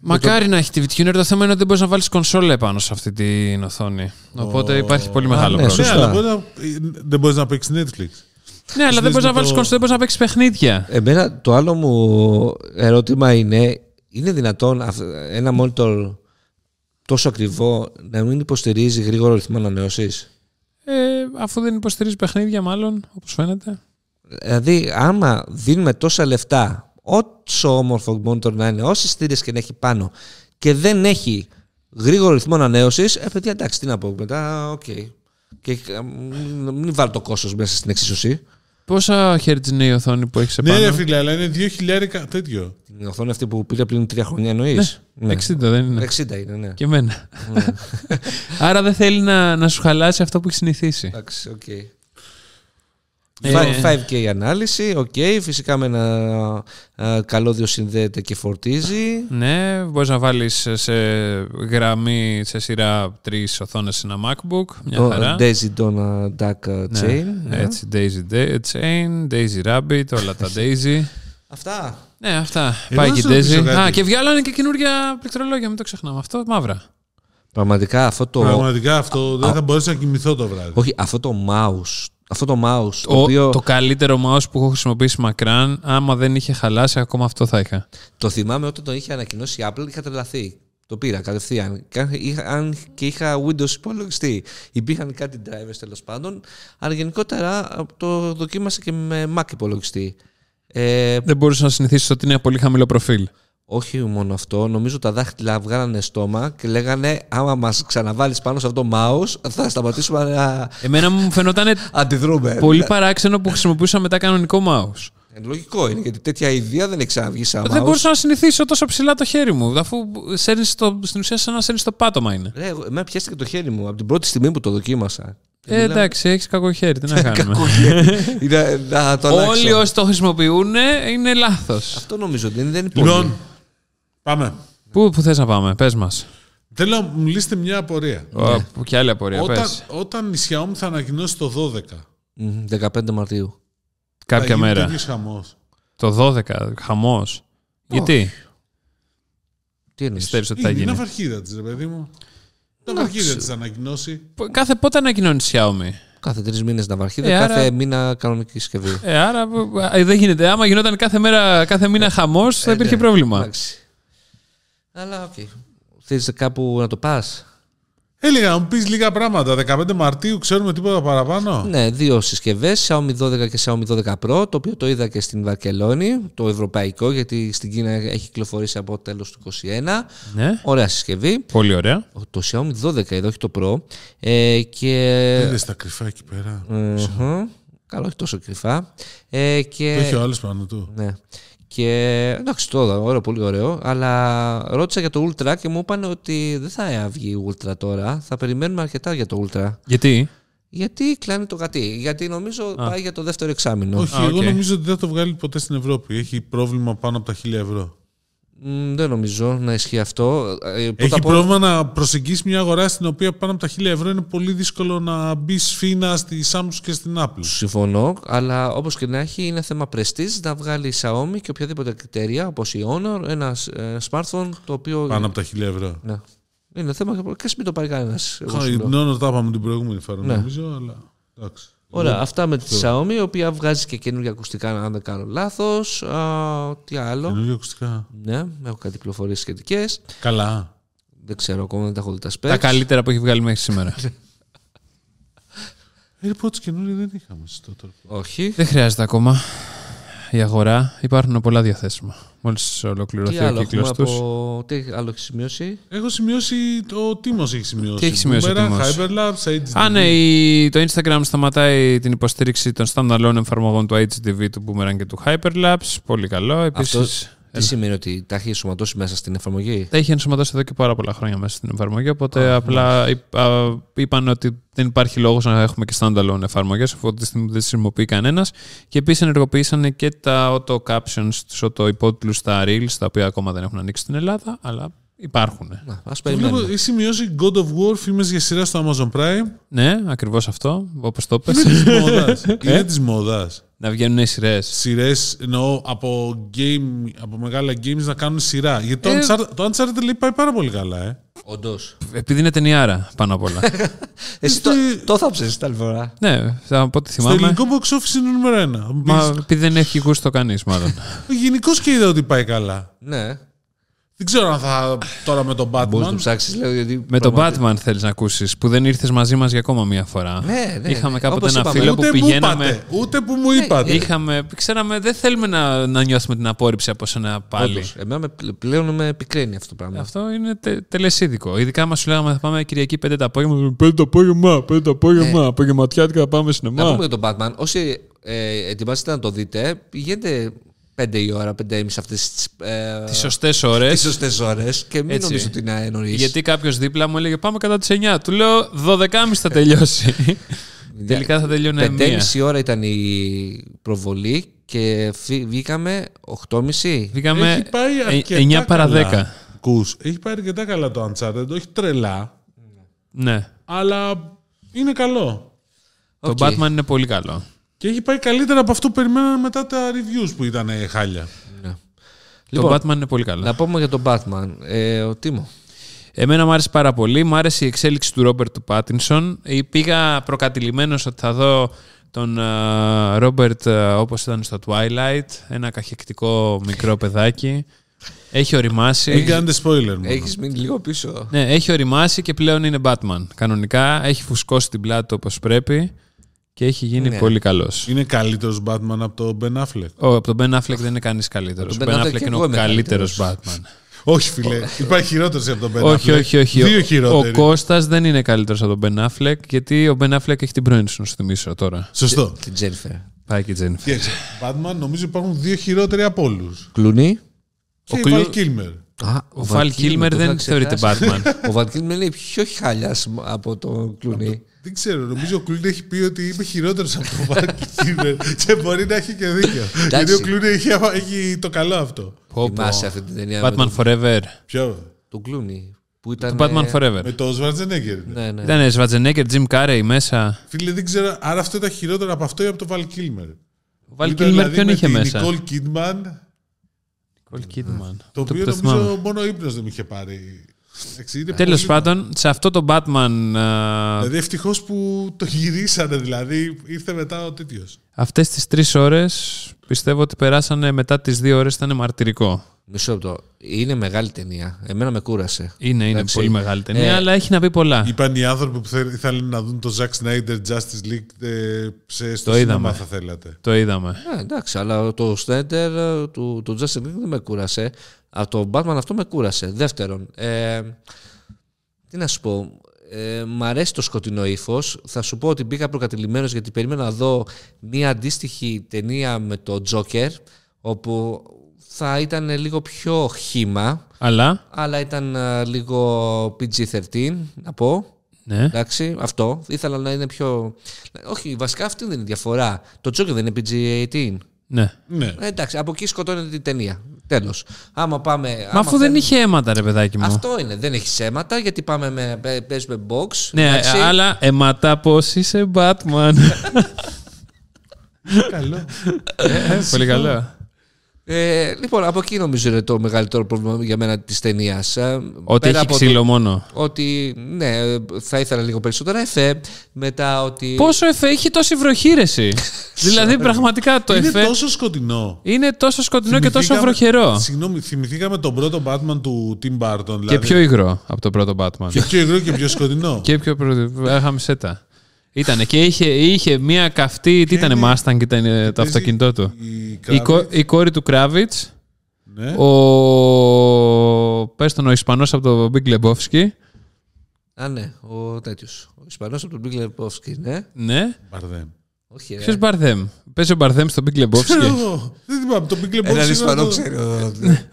Μακάρι να έχει TV Tuner, το θέμα είναι ότι δεν μπορείς να βάλεις κονσόλα επάνω σε αυτή την οθόνη. Οπότε υπάρχει πολύ μεγάλο
ναι,
πρόβλημα.
Ναι,
Σωστά.
αλλά μπορεί να, ε, δεν μπορείς να παίξεις Netflix.
Ναι, αλλά δεν μπορείς να
με το-
βάλει κονσόλα, δεν μπορείς να παίξεις παιχνίδια.
Εμένα το άλλο μου ερώτημα είναι, είναι δυνατόν αυ- ένα monitor τόσο ακριβό να μην υποστηρίζει γρήγορο ρυθμό ανανέωσης.
Ε, αφού δεν υποστηρίζει παιχνίδια, μάλλον, όπως φαίνεται.
Δηλαδή, άμα δίνουμε τόσα λεφτά, όσο όμορφο monitor να είναι, όσες θύρες και να έχει πάνω, και δεν έχει γρήγορο ρυθμό ανανέωση, ε, παιδιά, εντάξει, τι να πω μετά, οκ. Και ε, μην, μην βάλω το κόστος μέσα στην εξίσωση.
Πόσα hertz είναι η οθόνη που έχεις επάνω.
Ναι, ρε φίλε, αλλά είναι 2000 τέτοιο.
Την οθόνη αυτή που πήρε πριν τρία χρόνια εννοείς.
60 δεν είναι.
60 είναι, ναι.
Ναι, Και εμένα. Άρα δεν θέλει να, να σου χαλάσει αυτό που έχει συνηθίσει.
Εντάξει, οκ.
Ε,
Φι- 5K ανάλυση, οκ. Φυσικά με ένα ε, καλώδιο συνδέεται και φορτίζει.
Ναι, μπορείς να βάλεις σε γραμμή σε σειρά τρεις οθόνες ένα MacBook. Μια
Το
χαρά.
Daisy Donna Duck
Ναι.
Chain. ναι.
Έτσι, Daisy Da- Chain, Daisy Rabbit, όλα τα Daisy.
Αυτά.
ναι, αυτά.
Εγώ
Πάει
να
και η
σου ρωτήσω
Daisy.
κάτι.
Α, και βγάλανε και καινούργια πληκτρολόγια, μην το ξεχνάμε. Αυτό μαύρα.
Πραγματικά αυτό το.
Πραγματικά αυτό δεν θα μπορούσα να κοιμηθώ το βράδυ.
Όχι, αυτό το mouse. Αυτό το mouse. Το,
Ο-
οποίο.
Το
Το...
καλύτερο mouse που έχω χρησιμοποιήσει μακράν, άμα δεν είχε χαλάσει, ακόμα αυτό θα είχα.
θυμάμαι όταν το είχε ανακοινώσει η Apple, είχα τρελαθεί. Το πήρα κατευθείαν. Και αν είχα- Αν και είχα Windows υπολογιστή. Υπήρχαν κάτι drivers τέλος πάντων. Αλλά γενικότερα το δοκίμασα και με Mac υπολογιστή. Ε,
Δεν μπορούσα να συνηθίσει ότι είναι πολύ χαμηλό προφίλ.
όχι μόνο αυτό, νομίζω τα δάχτυλα βγάλανε στόμα και λέγανε άμα μας ξαναβάλεις πάνω σε αυτό το mouse θα σταματήσουμε να
Εμένα μου φαινόταν
αντιδρούμε.
πολύ παράξενο που χρησιμοποιούσα μετά κανονικό mouse.
Ε, Λογικό είναι, γιατί τέτοια ιδέα δεν έχει ξαναβγεί σαν
Δεν
mouse.
μπορούσα να συνηθίσω τόσο ψηλά το χέρι μου, αφού σέρνεις στο, στην ουσία σαν να σέρνεις το πάτωμα είναι.
Ρε, εγώ- εμένα πιάστηκε το χέρι μου από την πρώτη στιγμή που το δοκίμασα.
Ε, εντάξει, έχεις κακό χέρι, τι να κάνουμε.
Είδα- να το αλλάξω.
Όλοι όσοι το χρησιμοποιούν είναι λάθος.
Αυτό νομίζω ότι είναι, δεν είναι πολύ.
Λοιπόν, πάμε.
Πού, πού θες να πάμε, πες μας.
Θέλω να μου λύσετε μια απορία.
Ω, Που και άλλη απορία,
Ε, Όταν,
πες.
όταν η Xiaomi θα ανακοινώσει το 12,
Μμμ, 15 Μαρτίου.
Κάποια μέρα.
Τέτοιος χαμός.
Το 12, χαμός. Γιατί,
Τι εννοείς.
πιστεύεις ότι θα
Είναι, είναι
γίνει.
αυαρχίδα της, ρε παιδί μου. Την αυαρχίδα της θα ανακοινώσει.
Κάθε πότε ανακοινώνεις η Xiaomi.
Κάθε τρεις μήνες ναυαρχίδα,
Ε, άρα-
κάθε μήνα κανονική συσκευή.
Ε, άρα ε, δεν γίνεται. Άμα γινόταν κάθε, μέρα, κάθε μήνα χαμός, θα υπήρχε
Ε, ναι,
πρόβλημα.
Εντάξει. Αλλά οκ. Θες κάπου να το πας.
Έλεγα να μου πεις λίγα πράγματα. 15 Μαρτίου ξέρουμε τίποτα παραπάνω.
Ναι, δύο συσκευές, Xiaomi 12 και Xiaomi 12 Pro, το οποίο το είδα και στην Βαρκελόνη, το ευρωπαϊκό, γιατί στην Κίνα έχει κυκλοφορήσει από τέλος του 21.
Ναι.
Ωραία συσκευή.
Πολύ ωραία.
Το Xiaomi 12 εδώ, όχι το Pro. Ε, και...
Ναι.
Είδε τα κρυφά εκεί πέρα.
Μμμ. Καλό, όχι τόσο κρυφά. Ε, και...
Το έχει ο άλλος πάνω του.
Ναι. Και εντάξει, το είδα, ωραίο, πολύ ωραίο. Αλλά ρώτησα για το Ultra και μου είπαν ότι δεν θα βγει Ultra τώρα. Θα περιμένουμε αρκετά για το Ultra.
Γιατί.
Γιατί κλάνει το γατί, Γιατί νομίζω πάει για το δεύτερο εξάμεινο.
Όχι,
Α,
εγώ
οκ.
νομίζω ότι δεν θα το βγάλει ποτέ στην Ευρώπη. Έχει πρόβλημα πάνω από τα 1000 ευρώ.
Μ, δεν νομίζω να ισχύει αυτό. Ε, πρώτα
Έχει
απ' όλα-
πρόβλημα να προσεγγίσεις μια αγορά στην οποία πάνω από τα 1000 ευρώ είναι πολύ δύσκολο να μπεις σφίνα στη Samsung και στην Apple.
Συμφωνώ, αλλά όπως και να έχει, είναι θέμα πρεστής να βγάλει η Xiaomi και οποιαδήποτε κριτήρια, όπως η Honor, ένα ε, smartphone το οποίο.
Πάνω από τα 1000 ευρώ.
Ναι. Είναι θέμα και ας μην το πάρει κανένας. ναι.
Νόνο τα είπαμε την προηγούμενη φορά,
Ναι.
νομίζω, αλλά. εντάξει.
Ωραία, αυτά με τη Xiaomi, η οποία βγάζει και καινούργια ακουστικά, αν δεν κάνω λάθος. Τι άλλο.
Καινούργια ακουστικά.
Ναι, έχω κάτι πληροφορίες σχετικές.
Καλά.
Δεν ξέρω ακόμα, δεν τα έχω δει τα specs.
Τα καλύτερα που έχει βγάλει μέχρι σήμερα.
AirPods καινούργια δεν είχαμε στο τρόπο.
Όχι.
δεν χρειάζεται ακόμα η αγορά. Υπάρχουν πολλά διαθέσιμα. Μόλις
Τι
ολοκληρωθεί ο
άλλο έχουμε
κύκλος του.
από. Τι άλλο έχεις σημειώσει.
Έχω σημειώσει, ο Τίμος έχει σημειώσει.
Τι έχει σημειώσει ο
Boomerang,
Τίμος?
Hyperlapse, HDD.
Α, ναι, η- το Instagram σταματάει την υποστήριξη των standalone εφαρμογών του HDV, του Boomerang και του Hyperlapse. Πολύ καλό.
Αυτό
Επίσης,
τι σημαίνει ότι τα έχει σωματώσει μέσα στην εφαρμογή.
Τα είχε ενσωματώσει εδώ και πάρα πολλά χρόνια μέσα στην εφαρμογή. Οπότε απλά είπ- α, είπαν ότι δεν υπάρχει λόγος να έχουμε και standalone εφαρμογές, αφού τη στιγμή δεν τις χρησιμοποιεί κανένας. Και επίσης ενεργοποιήσαν και τα auto captions, τους auto υπότιτλους στα Reels, τα οποία ακόμα δεν έχουν ανοίξει στην Ελλάδα, αλλά υπάρχουν.
Ναι.
Α
ναι,
Βλέπω,
περιμένουμε.
Λοιπόν, έχει σημειώσει God of War φήμες για σειρά στο Amazon Prime.
Ναι, ακριβώς αυτό, όπως το πες.
Της μόδας. Είναι της μόδας.
να βγαίνουν οι σειρές.
Σειρές εννοώ από, game, από μεγάλα games να κάνουν σειρά. Γιατί το,
Ε.
Uncharted, το Uncharted λέει πάει πάρα πολύ καλά, ε.
Όντως.
Επειδή είναι ταινιάρα πάνω απ' όλα.
Εσύ το,
Στη-
το θάψες την άλλη φορά.
ναι, θα- από ό,τι
Στο
θυμάμαι.
ελληνικό box office είναι νούμερο 1.
Μα επειδή δεν έχει γούστο κανείς, μάλλον.
Γενικώ και είδα ότι πάει καλά.
Ναι.
Δεν ξέρω αν θα τώρα με τον
Μπορείς να το
Batman.
ψάξεις, λέω. Γιατί
Με τον Batman θέλεις να ακούσεις, που δεν ήρθες μαζί μας για ακόμα μία φορά.
Ναι, ναι,
Είχαμε
ναι.
κάποτε
Όπως
ένα
είπαμε,
φίλο που
Ούτε που,
πηγαίναμε. Ε,
είπατε, ούτε που μου είπατε.
Είχαμε, ξέραμε, δεν θέλουμε να, να νιώθουμε την απόρριψη από σένα πάλι.
Όντως, Εμένα με, πλε- πλέον με πικραίνει αυτό το πράγμα.
Αυτό είναι τε, τελεσίδικο. Ειδικά μας σου λέγαμε θα πάμε Κυριακή 5 το απόγευμα. 5 το απόγευμα, 5 το απόγευμα. Απογευματιάτικα θα πάμε
Να πούμε
σινεμά.
για τον Batman. Όσοι ε, ετοιμάζεστε να το δείτε, πηγαίνετε 5 η ώρα, 5 η μισή αυτές τις ε,
Τις σωστές ώρες.
τις σωστές ώρες και μην
Έτσι.
νομίζω ότι είναι νωρί.
Γιατί κάποιος δίπλα μου έλεγε Πάμε κατά τις 9. Του λέω 12.30 θα τελειώσει. Τελικά θα τελειώνει μία.
5,5 ώρα ήταν η προβολή και φυ- βγήκαμε 8,5.
Βγήκαμε
Έχει πάει
ε,
αρκετά
9 παρα 10.
καλά. Ακούς, έχει πάει αρκετά καλά το Uncharted, όχι τρελά,
Ναι.
αλλά είναι καλό.
Το
Οκ.
Batman είναι πολύ καλό.
Και έχει πάει καλύτερα από αυτό που περιμέναμε μετά τα reviews που ήταν ε, χάλια.
Λοιπόν,
το Batman είναι πολύ καλό.
Να πούμε για τον Batman. Ε, ο Τίμο.
Εμένα μου άρεσε πάρα πολύ. Μ' άρεσε η εξέλιξη του Ρόμπερτ του Πάτινσον. Ε, Πήγα προκατηλημένος ότι θα δω τον ε, Ρόμπερτ ε, όπως ήταν στο Twilight. Ένα καχεκτικό μικρό παιδάκι. Έχει οριμάσει.
Μην κάνετε spoiler μου.
Έχεις μείνει λίγο πίσω.
Ναι, έχει οριμάσει και πλέον είναι Batman. Κανονικά έχει φουσκώσει την πλάτη όπως πρέπει και έχει γίνει
Ναι.
πολύ καλός.
Είναι καλύτερος Batman από τον Ben Affleck.
Ο, από τον Ben Affleck δεν είναι κανείς καλύτερος. Ο
τον
Ben
Ben Affleck
Affleck
και
είναι
εγώ
ο
είμαι
καλύτερος Batman.
Όχι φίλε, υπάρχει χειρότερος από τον Ben Affleck.
Όχι, όχι, όχι.
Δύο
Ο, ο
χειρότεροι.
Κώστας δεν είναι καλύτερος από τον Ben Affleck, γιατί ο Ben Affleck έχει την πρώην σου, να σου θυμίσω τώρα.
Σωστό.
Την Τζένιφερ.
Πάει και η Τζένιφερ.
Κοίταξε, Batman νομίζω υπάρχουν δύο χειρότεροι από όλους.
Κλουνί.
Και η
Κλου-
Val Kilmer.
Α,
Ο Βαλ Κίλμερ δεν θεωρείται Batman.
Ο Βαλ Κίλμερ είναι πιο χαλιάς από τον Κλουνί.
Δεν ξέρω, νομίζω ο Κλούνι έχει πει ότι είμαι χειρότερος από τον Val Kilmer. και μπορεί να έχει και δίκιο. Γιατί ο Κλούνι έχει, έχει το καλό αυτό.
Πω, Ναι. πω.
Θυμάσαι αυτή την ταινία. με
Batman
τον-
Forever.
Ποιο?
Τον Κλουνί. Που ήταν.
Batman
ε,
Με
Forever.
το Schwarzenegger. Ναι.
Ναι, ναι.
Ήταν Σβατζενέκερ, Jim Carrey μέσα.
Φίλε, δεν ξέρω, άρα αυτό ήταν χειρότερο από αυτό ή από το Val Kilmer. Δηλαδή,
Ο Βαλ Κίλμερ ποιον είχε μέσα.
Νικόλ Κίτμαν,
Nicole Kidman.
το οποίο
το
νομίζω
θυμάμαι.
μόνο ύπνος δεν με είχε πάρει. Εντάξει, είναι
Τέλος
πολύ-
πάντων, σε αυτό το Batman. ε,
Δηλαδή, ευτυχώς που το γυρίσανε, δηλαδή ήρθε μετά ο τέτοιος.
Αυτές τις τρεις ώρες πιστεύω ότι περάσανε μετά τις δύο ώρες ήταν μαρτυρικό.
Μισό λεπτό. Είναι μεγάλη ταινία. Εμένα με κούρασε.
Είναι, είναι
Εντάξει.
πολύ μεγάλη ταινία,
Ε,
αλλά έχει να πει πολλά.
Είπαν οι άνθρωποι που θέλ- θέλουν να δουν το Zack Snyder Justice League ε, σε στο
Το
σινεμά,
είδαμε.
θα θέλατε.
Το είδαμε.
Ναι, εντάξει, αλλά το Σνέντερ ε, του, του Justin Lin δεν με κούρασε. Από το Batman αυτό με κούρασε. Δεύτερον, ε, τι να σου πω. Ε, μ' αρέσει το σκοτεινό ύφος. Θα σου πω ότι μπήκα προκατηλημένος γιατί περίμενα να δω μία αντίστοιχη ταινία με το Τζόκερ, όπου θα ήταν λίγο πιο χήμα,
Αλλά.
αλλά ήταν ε, λίγο PG-13, να πω.
Ναι.
Εντάξει, αυτό. Ήθελα να είναι πιο. Όχι, βασικά αυτή δεν είναι η διαφορά. Το Τζόκερ δεν είναι PG-18.
ναι.
Ναι.
Ε, Εντάξει, από εκεί σκοτώνεται την ταινία. Τέλος. Άμα πάμε.
Μα
άμα
αφού δεν
θέλουμε-
είχε αίματα, ρε παιδάκι μου.
Αυτό είναι. Δεν έχει αίματα γιατί πάμε με, πέ- παίζουμε box.
Ναι,
εντάξει.
αλλά αίματα πώς είσαι Batman.
Καλό. Ε,
πολύ καλό.
Ε, λοιπόν, από εκεί νομίζω είναι το μεγαλύτερο πρόβλημα για μένα Ε, της ταινίας.
Ότι έχει ξύλο μόνο.
Ότι ναι, θα ήθελα λίγο περισσότερα εφέ. Μετά ότι.
Πόσο εφέ έχει τόση βροχήρεση. δηλαδή, πραγματικά το
είναι
εφέ
τόσο σκοτεινό.
είναι τόσο σκοτεινό και τόσο
Θυμηθήκαμε-
βροχερό.
Συγγνώμη, θυμηθήκαμε τον πρώτο Batman του Tim Burton. Δηλαδή,
Και πιο υγρό από το πρώτο Batman.
και πιο υγρό και πιο σκοτεινό.
Και πιο χαμισέτα. Ήτανε και είχε, είχε μια καυτή. Τι ήτανε,
είναι-
Mustang ήταν ε, το
Παίζει
αυτοκίνητό του.
η
Η, κο-
Kravitz,
η κόρη του Κράβιτς
ναι.
ο. πες τον, ο Ισπανός από το Big Lebowski.
Α, ναι, ο τέτοιος. Ο Ισπανός από τον Μπίγκλερ Πόφσκι, ναι.
Ναι.
Μπαρδέμ.
Όχι, ε, ρε.
Ποιο Μπαρδέμ. Παίζει ο Μπαρδέμ στο Big
Ξέρω
Lebowski.
εγώ. Δεν θυμάμαι. Το Big
Έναν
Lebowski.
Ισπανό
ήταν το-
ξέρω. δηλαδή.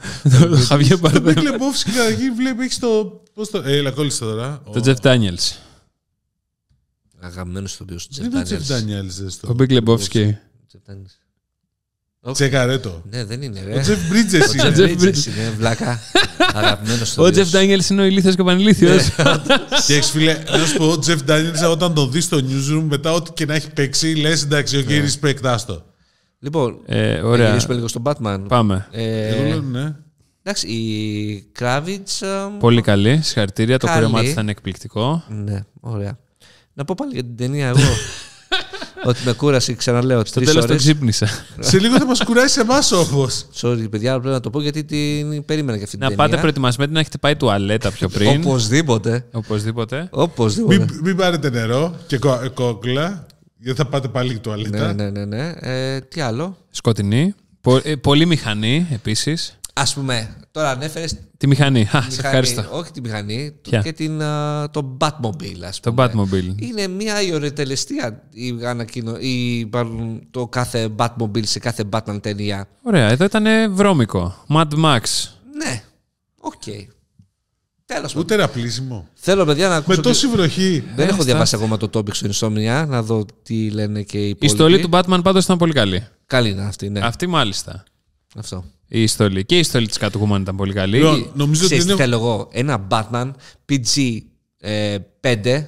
Το Χαβιέ
Το Big
Μπαρδέμ.
Lebowski καταρχήν βλέπει έχει το. Πώς το. Ε, Έλα, κόλλησε τώρα. Ο-
Το Jeff Daniels.
Αγαμμένο στο οποίο σου
Δεν είναι ο Τζεφ Ντάνιελ.
Το Big Lebowski.
Τσεκαρέ το.
Ναι, δεν είναι,
Ο
ρε.
Τζεφ Μπρίτζες
Ο
είναι.
Τζεφ-
Bridges είναι, βλάκα. Αγαπημένος στο
Ο Jeff Daniels είναι ο ηλίθιος και ο πανηλήθιος.
Και έχεις, φίλε, να σου πω, ο Τζεφ Ντάνιελ όταν τον δεις στο newsroom μετά, ό,τι και να έχει παίξει, λες
Ναι.
εντάξει, ο Γκέρι Πεκτά το.
Λοιπόν,
Ε,
να
Ωραία.
γυρίσουμε λίγο στον Batman.
Πάμε.
Ε,
Εγώ λέω ναι.
εντάξει, η ε, Κράβιτς... α,
Πολύ καλή. Συγχαρητήρια. Το
Καλή.
κούρεμά της ήταν εκπληκτικό.
Ναι, ωραία. Να πω πάλι για την ταινία εγώ. ότι με κούρασε, ξαναλέω,
Στο
τρεις
τέλος το
ώρες.
ξύπνησα.
Σε λίγο θα μας κουράσει εμάς όμως.
Sorry, παιδιά, αλλά πρέπει να το πω γιατί την περίμενα και αυτή την
Να πάτε
ταινία.
προετοιμασμένοι να έχετε πάει τουαλέτα πιο πριν.
Οπωσδήποτε.
Οπωσδήποτε.
Οπωσδήποτε.
Μην, μην πάρετε νερό και κο- κόκλα. Γιατί θα πάτε πάλι
Ναι,
τουαλέτα.
ναι, ναι. ναι. Ε, τι άλλο.
Σκοτεινή. Πο- ε, Πολύ μηχανή επίσης.
Ας πούμε, τώρα ανέφερες
Τη μηχανή. Α, σε
μηχανή,
ευχαριστώ.
όχι τη μηχανή, του-
Ποια?
και την, α, το Batmobile, ας
Το
πούμε.
Batmobile.
Είναι μια η ωραιοτελεστία η ανακοίνω- η, μάλλον, το κάθε Batmobile σε κάθε Batman ταινία.
Ωραία, εδώ ήταν βρώμικο. Mad Max.
Ναι, οκ. Τέλος πάντων.
Ούτε ένα πλήσιμο.
Θέλω παιδιά να
Με
ακούσω...
τόση βροχή.
Δεν έχω
Άστα.
διαβάσει ακόμα το topic στο Insomnia, να δω τι λένε και οι υπόλοιποι.
Η στολή του Batman πάντως ήταν πολύ καλή.
Καλή είναι αυτή, ναι.
Αυτή μάλιστα.
Αυτό.
Η στολή. Και η στολή της Catwoman ήταν πολύ καλή.
Λοιπόν, νομίζω ότι
Ξέρεις τι
είναι.
θέλω εγώ, ένα Batman PG ε, 5,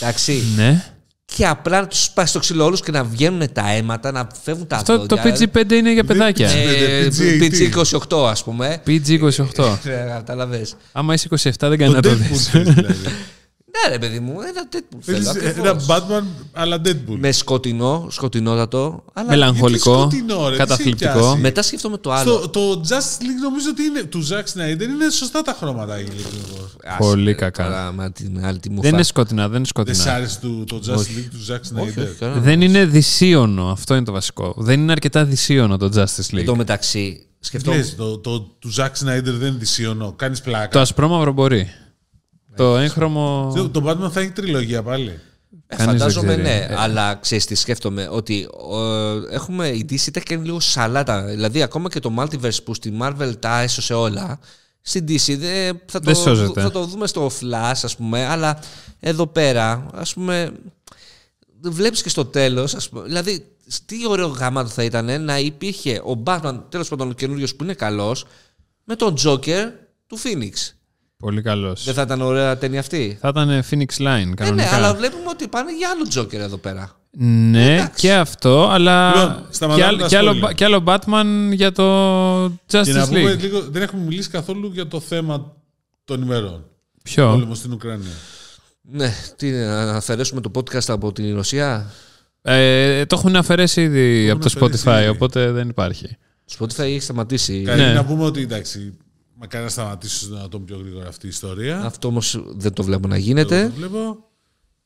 εντάξει,
Ναι.
και απλά να τους σπάσει το ξύλο όλους και να βγαίνουν τα αίματα, να φεύγουν τα
Αυτό το
δόντια.
PG5 είναι για παιδάκια.
Ναι,
Ε,
PG-18.
PG28, ας πούμε.
PG28.
Ε, Καταλαβέ.
Άμα είσαι 27 δεν κάνει
Το
να το
Deadpool
δεις.
θέλεις, δηλαδή.
Ναι, ρε παιδί μου, ένα τέτοιο
Θέλεις
θέλω. ακριβώς.
Ένα Batman αλλά Deadpool.
Με σκοτεινό, σκοτεινότατο, αλλά
Μελαγχολικό.
Γιατί σκοτεινό, ρε, τι σε
Καταθλιπτικό.
πιάσει.
μετά σκέφτομαι το άλλο.
Στο, το Justice League νομίζω ότι είναι του Zack Snyder είναι σωστά τα χρώματα. η λίγο.
Άσε,
Πολύ
ρε,
κακά.
τώρα, μα την άλλη τη μουφα.
Δεν είναι σκοτεινά, δεν είναι
Δεν σ'
σκοτεινά.
άρεσε του- το Justice League του Zack
Ε, ναι. Όχι, όχι,
Snyder.
κανένα.
Δεν είναι δυσίωνο. Αυτό είναι το βασικό. Δεν είναι αρκετά δυσίωνο το Justice
Εν τω
League.
μεταξύ, σκεφτόμουν.
Λες, το, το, του Zack Snyder δεν είναι δυσίωνο. Κάνεις
Το
πλάκα.
ασπρόμαυρο μπορεί. Το έγχρωμο.
Το... το Batman θα έχει τριλογία πάλι.
Ε,
Κανείς δεν
φαντάζομαι
ξέρει.
ναι,
Ε.
αλλά ξέρεις τι σκέφτομαι. Ότι ε, έχουμε, η DC τα έχει κάνει λίγο σαλάτα. Δηλαδή, ακόμα και το multiverse που στη Marvel τα έσωσε όλα, στην DC δε, θα,
Δεν
το,
σώζεται.
θα το δούμε στο Flash, ας πούμε. Αλλά εδώ πέρα, ας πούμε, βλέπεις και στο τέλος, δηλαδή, τι ωραίο γάμα θα ήταν να υπήρχε ο Batman, τέλος πάντων ο καινούριος που είναι καλός, με τον Joker του Phoenix.
Πολύ καλός.
Δεν θα ήταν ωραία ταινία αυτή.
Θα ήταν Phoenix Line
Ε, ναι,
κανονικά.
αλλά βλέπουμε ότι πάνε για άλλο Joker εδώ πέρα.
Ναι, και αυτό, αλλά
Λοιπόν, σταματάμε
και, άλλο-
τα
και άλλο,
σχόλια.
και άλλο Batman για το
Και να
Justice
πούμε
League.
λίγο, δεν έχουμε μιλήσει καθόλου για το θέμα των ημερών.
Ποιο?
Πόλεμο στην Ουκρανία.
Ναι, τι είναι, να αφαιρέσουμε το podcast από την Ρωσία.
Ε, το έχουν αφαιρέσει ήδη από το
αφαιρέσει
Spotify,
ήδη.
οπότε δεν υπάρχει.
Spotify έχει σταματήσει.
Καλή
Ναι.
να πούμε ότι εντάξει, μακάρι να σταματήσει στο δυνατόν πιο γρήγορα αυτή η ιστορία.
Αυτό όμως δεν το βλέπω να
Εγώ
γίνεται.
το βλέπω.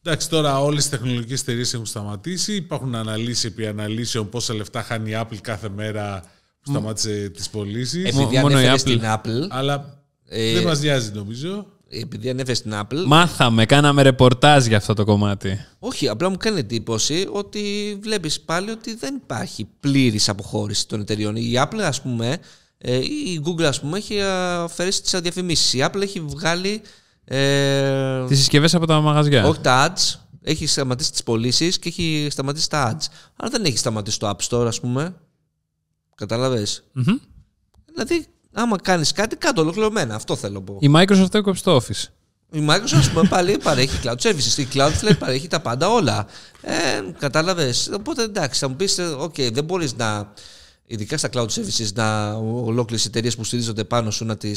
Εντάξει, τώρα όλε οι τεχνολογικέ εταιρείε έχουν σταματήσει. Υπάρχουν αναλύσει επί αναλύσεων πόσα λεφτά χάνει η Apple κάθε μέρα που σταμάτησε τις πωλήσεις.
Επειδή
Ε, μόνο η
ανέφερε
Apple.
στην Apple.
Αλλά
ε,
δεν μας νοιάζει νομίζω.
Επειδή ανέφερε στην Apple.
Μάθαμε, κάναμε ρεπορτάζ για αυτό το κομμάτι.
Όχι, απλά μου κάνει εντύπωση ότι βλέπεις πάλι ότι δεν υπάρχει πλήρης αποχώρηση των εταιριών. Η Apple, ας πούμε, ε, ή η Google, ας πούμε, έχει αφαιρέσει τις διαφημίσει. Η Apple έχει βγάλει. Ε,
Τις συσκευές από τα μαγαζιά.
Όχι τα ads. Έχει σταματήσει τις πωλήσεις και έχει σταματήσει τα ads. Αλλά δεν έχει σταματήσει το App Store, ας πούμε. Κατάλαβε.
Μμμ.
Δηλαδή, άμα κάνεις κάτι, κάτω ολοκληρωμένα. Αυτό θέλω να πω.
Η Microsoft έκοψε το Office.
Η Microsoft, ας πούμε, πάλι παρέχει cloud services. Η Cloudflare παρέχει τα πάντα όλα. Ε, Κατάλαβες. Οπότε εντάξει, θα μου πεις, οκ, δεν μπορείς να. Ειδικά στα cloud services, να ολόκληρες εταιρείες που στηρίζονται πάνω σου να τις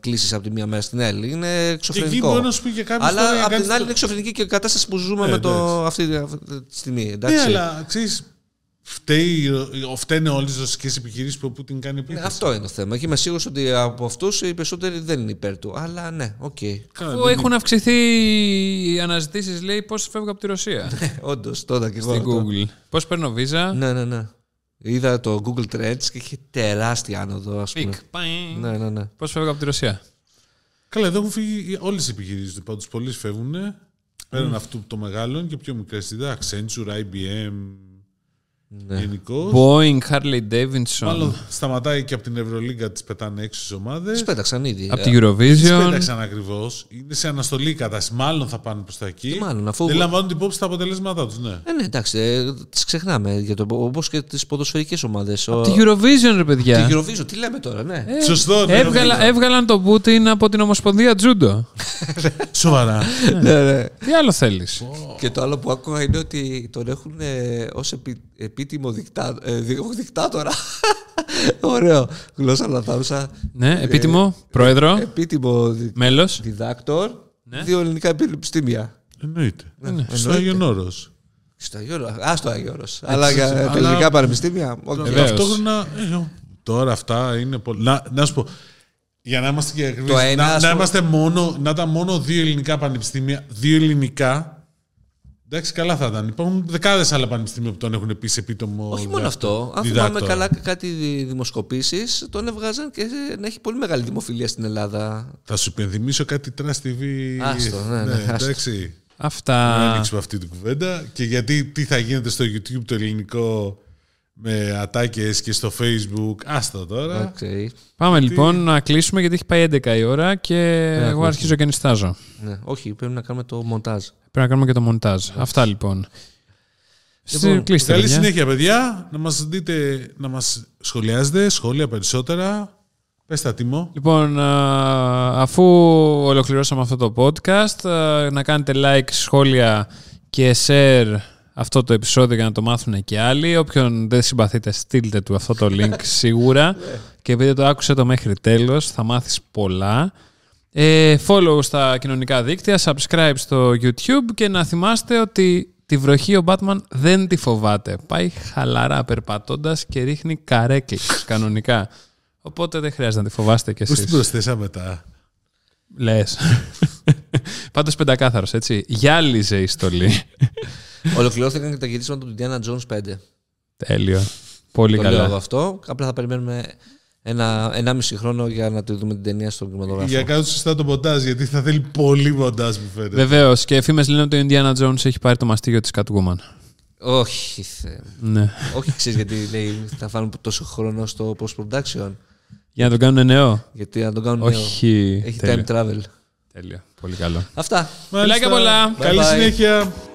κλείσεις από τη μία μέρα στην άλλη. Είναι
Και
εξωφρενικό.
εκεί μπορεί να σου πει και κάποιο.
Αλλά απ' την άλλη είναι εξωφρενική και η κατάσταση που ζούμε
Ε,
με το,
εντάξει.
αυτή, αυτή τη στιγμή. Εντάξει.
Ναι, αλλά ξέρεις, φταίνε όλε τι ρωσικέ επιχειρήσεις που ο Πούτιν κάνει
Ναι,
επίθεση.
αυτό είναι το θέμα. Και είμαι σίγουρος ότι από αυτούς οι περισσότεροι δεν είναι υπέρ του. Αλλά ναι, οκ.
Καλά,
Αφού
δεν
έχουν αυξηθεί οι αναζητήσεις, λέει, πώς φεύγω από τη Ρωσία.
Όντως, τώρα και εγώ.
Στην
το-
Google. Πώς παίρνω Visa.
Ναι, ναι, ναι. Είδα το Google Trends και είχε τεράστια άνοδο, ας πούμε.
Πικ. Παιν.
Ναι, ναι, ναι.
Πώς φεύγω από τη Ρωσία.
Καλά, εδώ έχουν φύγει όλες οι επιχειρήσεις. Πάντως, πολλές φεύγουν. ε. Πέραν αυτού το μεγάλο και πιο μικρές. Accenture, IBM. Ναι. Γενικώς.
Boeing, Harley Davidson.
Μάλλον σταματάει και από την Ευρωλίγκα τις πετάνε έξω στι
Τι
ομάδε.
πέταξαν ήδη.
Από
Ε,
τη
Τις
Eurovision.
πέταξαν ακριβώς. Είναι σε αναστολή η κατάσταση. Μάλλον θα πάνε προς τα εκεί.
Τι μάλλον, αφού-
Δεν λαμβάνουν υπόψη τα αποτελέσματά τους, ναι.
Ε, ναι, εντάξει, ε, τις ξεχνάμε. Για το, όπως και τις ποδοσφαιρικές ομάδες. Ο... Ε.
Τη Eurovision, ρε παιδιά.
Τη Eurovision, τι λέμε τώρα, ναι.
Ε,
Σωστό, ναι,
έβγαλα,
ναι.
έβγαλαν τον Πούτιν από την Ομοσπονδία Τζούντο.
Σοβαρά.
ναι, ναι.
Τι άλλο θέλεις.
Και το άλλο που άκουγα είναι ότι τον έχουν ε, ω επίτιμο δικτά, ε, δι- όχι δικτάτορα. Ωραίο. Γλώσσα λαθάμσα.
ναι, επίτιμο, πρόεδρο,
Επίτιμο δι-
μέλος.
διδάκτορ. Δύο ελληνικά πανεπιστήμια.
Εννοείται. Στο Άγιον Όρος.
Στο Άγιο Όρος. Α στο Άγιο Όρος. Αλλά για
αλλά-
τα ελληνικά πανεπιστήμια. οκ.
Βεβαίως.
Ταυτόχρονα. ε, ο, Τώρα αυτά είναι πολύ. Να, να σου πω. Για να είμαστε και ακριβείς,
Το ένα,
να,
ας
να
πούμε-
είμαστε μόνο, να ήταν μόνο δύο ελληνικά πανεπιστήμια, δύο ελληνικά. Εντάξει, καλά θα ήταν. Υπάρχουν δεκάδες άλλα πανεπιστήμια που τον έχουν επίση επίτομο.
Όχι μόνο αυτό. Αν θυμάμαι
διδάκτορα.
καλά κάτι δι- δημοσκοπήσεις, τον έβγαζαν και να έχει πολύ μεγάλη δημοφιλία στην Ελλάδα.
Θα σου υπενθυμίσω κάτι Trust TV.
Άστο, ναι, ναι, άστο.
εντάξει. Να
Αυτά.
ανοίξουμε αυτή την κουβέντα. Και γιατί τι θα γίνεται στο YouTube το ελληνικό με ατάκες και στο Facebook. Άστα τώρα.
Οκ.
Πάμε λοιπόν να κλείσουμε γιατί έχει πάει 11 η ώρα και εγώ αρχίζω και νιστάζω.
Ναι, όχι, πρέπει να κάνουμε το μοντάζ.
Πρέπει να κάνουμε και το μοντάζ. Αυτά λοιπόν. Στη- Κλείστε.
Καλή
παιδιά.
συνέχεια, παιδιά. Να μας δείτε, να μας σχολιάζετε, σχόλια περισσότερα. Πες τα τιμό.
Λοιπόν, α, αφού ολοκληρώσαμε αυτό το podcast, α, να κάνετε like, σχόλια και share αυτό το επεισόδιο για να το μάθουν και άλλοι. Όποιον δεν συμπαθείτε, στείλτε του αυτό το link σίγουρα. και επειδή το άκουσε το μέχρι τέλος, θα μάθεις πολλά. Ε, follow στα κοινωνικά δίκτυα, subscribe στο YouTube και να θυμάστε ότι τη βροχή ο Batman δεν τη φοβάται. Πάει χαλαρά περπατώντας και ρίχνει καρέκλες κανονικά. Οπότε δεν χρειάζεται να τη φοβάστε κι
Πώς την
εσείς.
προσθέσαμε τα...
Λες. Πάντως πεντακάθαρος, έτσι. Γυάλιζε η στολή.
Ολοκληρώθηκαν και τα γυρίσματα του Indiana Jones 5.
Τέλειο. Πολύ
Το λέω εγώ
καλά.
αυτό. Απλά θα περιμένουμε ένα, ένα μισή χρόνο για να τη δούμε την ταινία στον κινηματογράφο.
Για κάτω σωστά το μοντάζ, γιατί θα θέλει πολύ μοντάζ που φαίνεται.
Βεβαίως. Και φήμες λένε ότι ο Indiana Jones έχει πάρει το μαστίγιο της Catwoman.
Όχι, θε.
Ναι.
Όχι, ξέρεις γιατί λέει, θα φάνε τόσο χρόνο στο post-production.
Για να τον κάνουν νέο.
Γιατί να τον κάνουν νέο.
Όχι.
Έχει
Τέλειο.
time travel.
Τέλεια. Πολύ καλό.
Αυτά.
Μάλιστα.
Φιλάκια πολλά.
Καλή
Bye bye.
συνέχεια.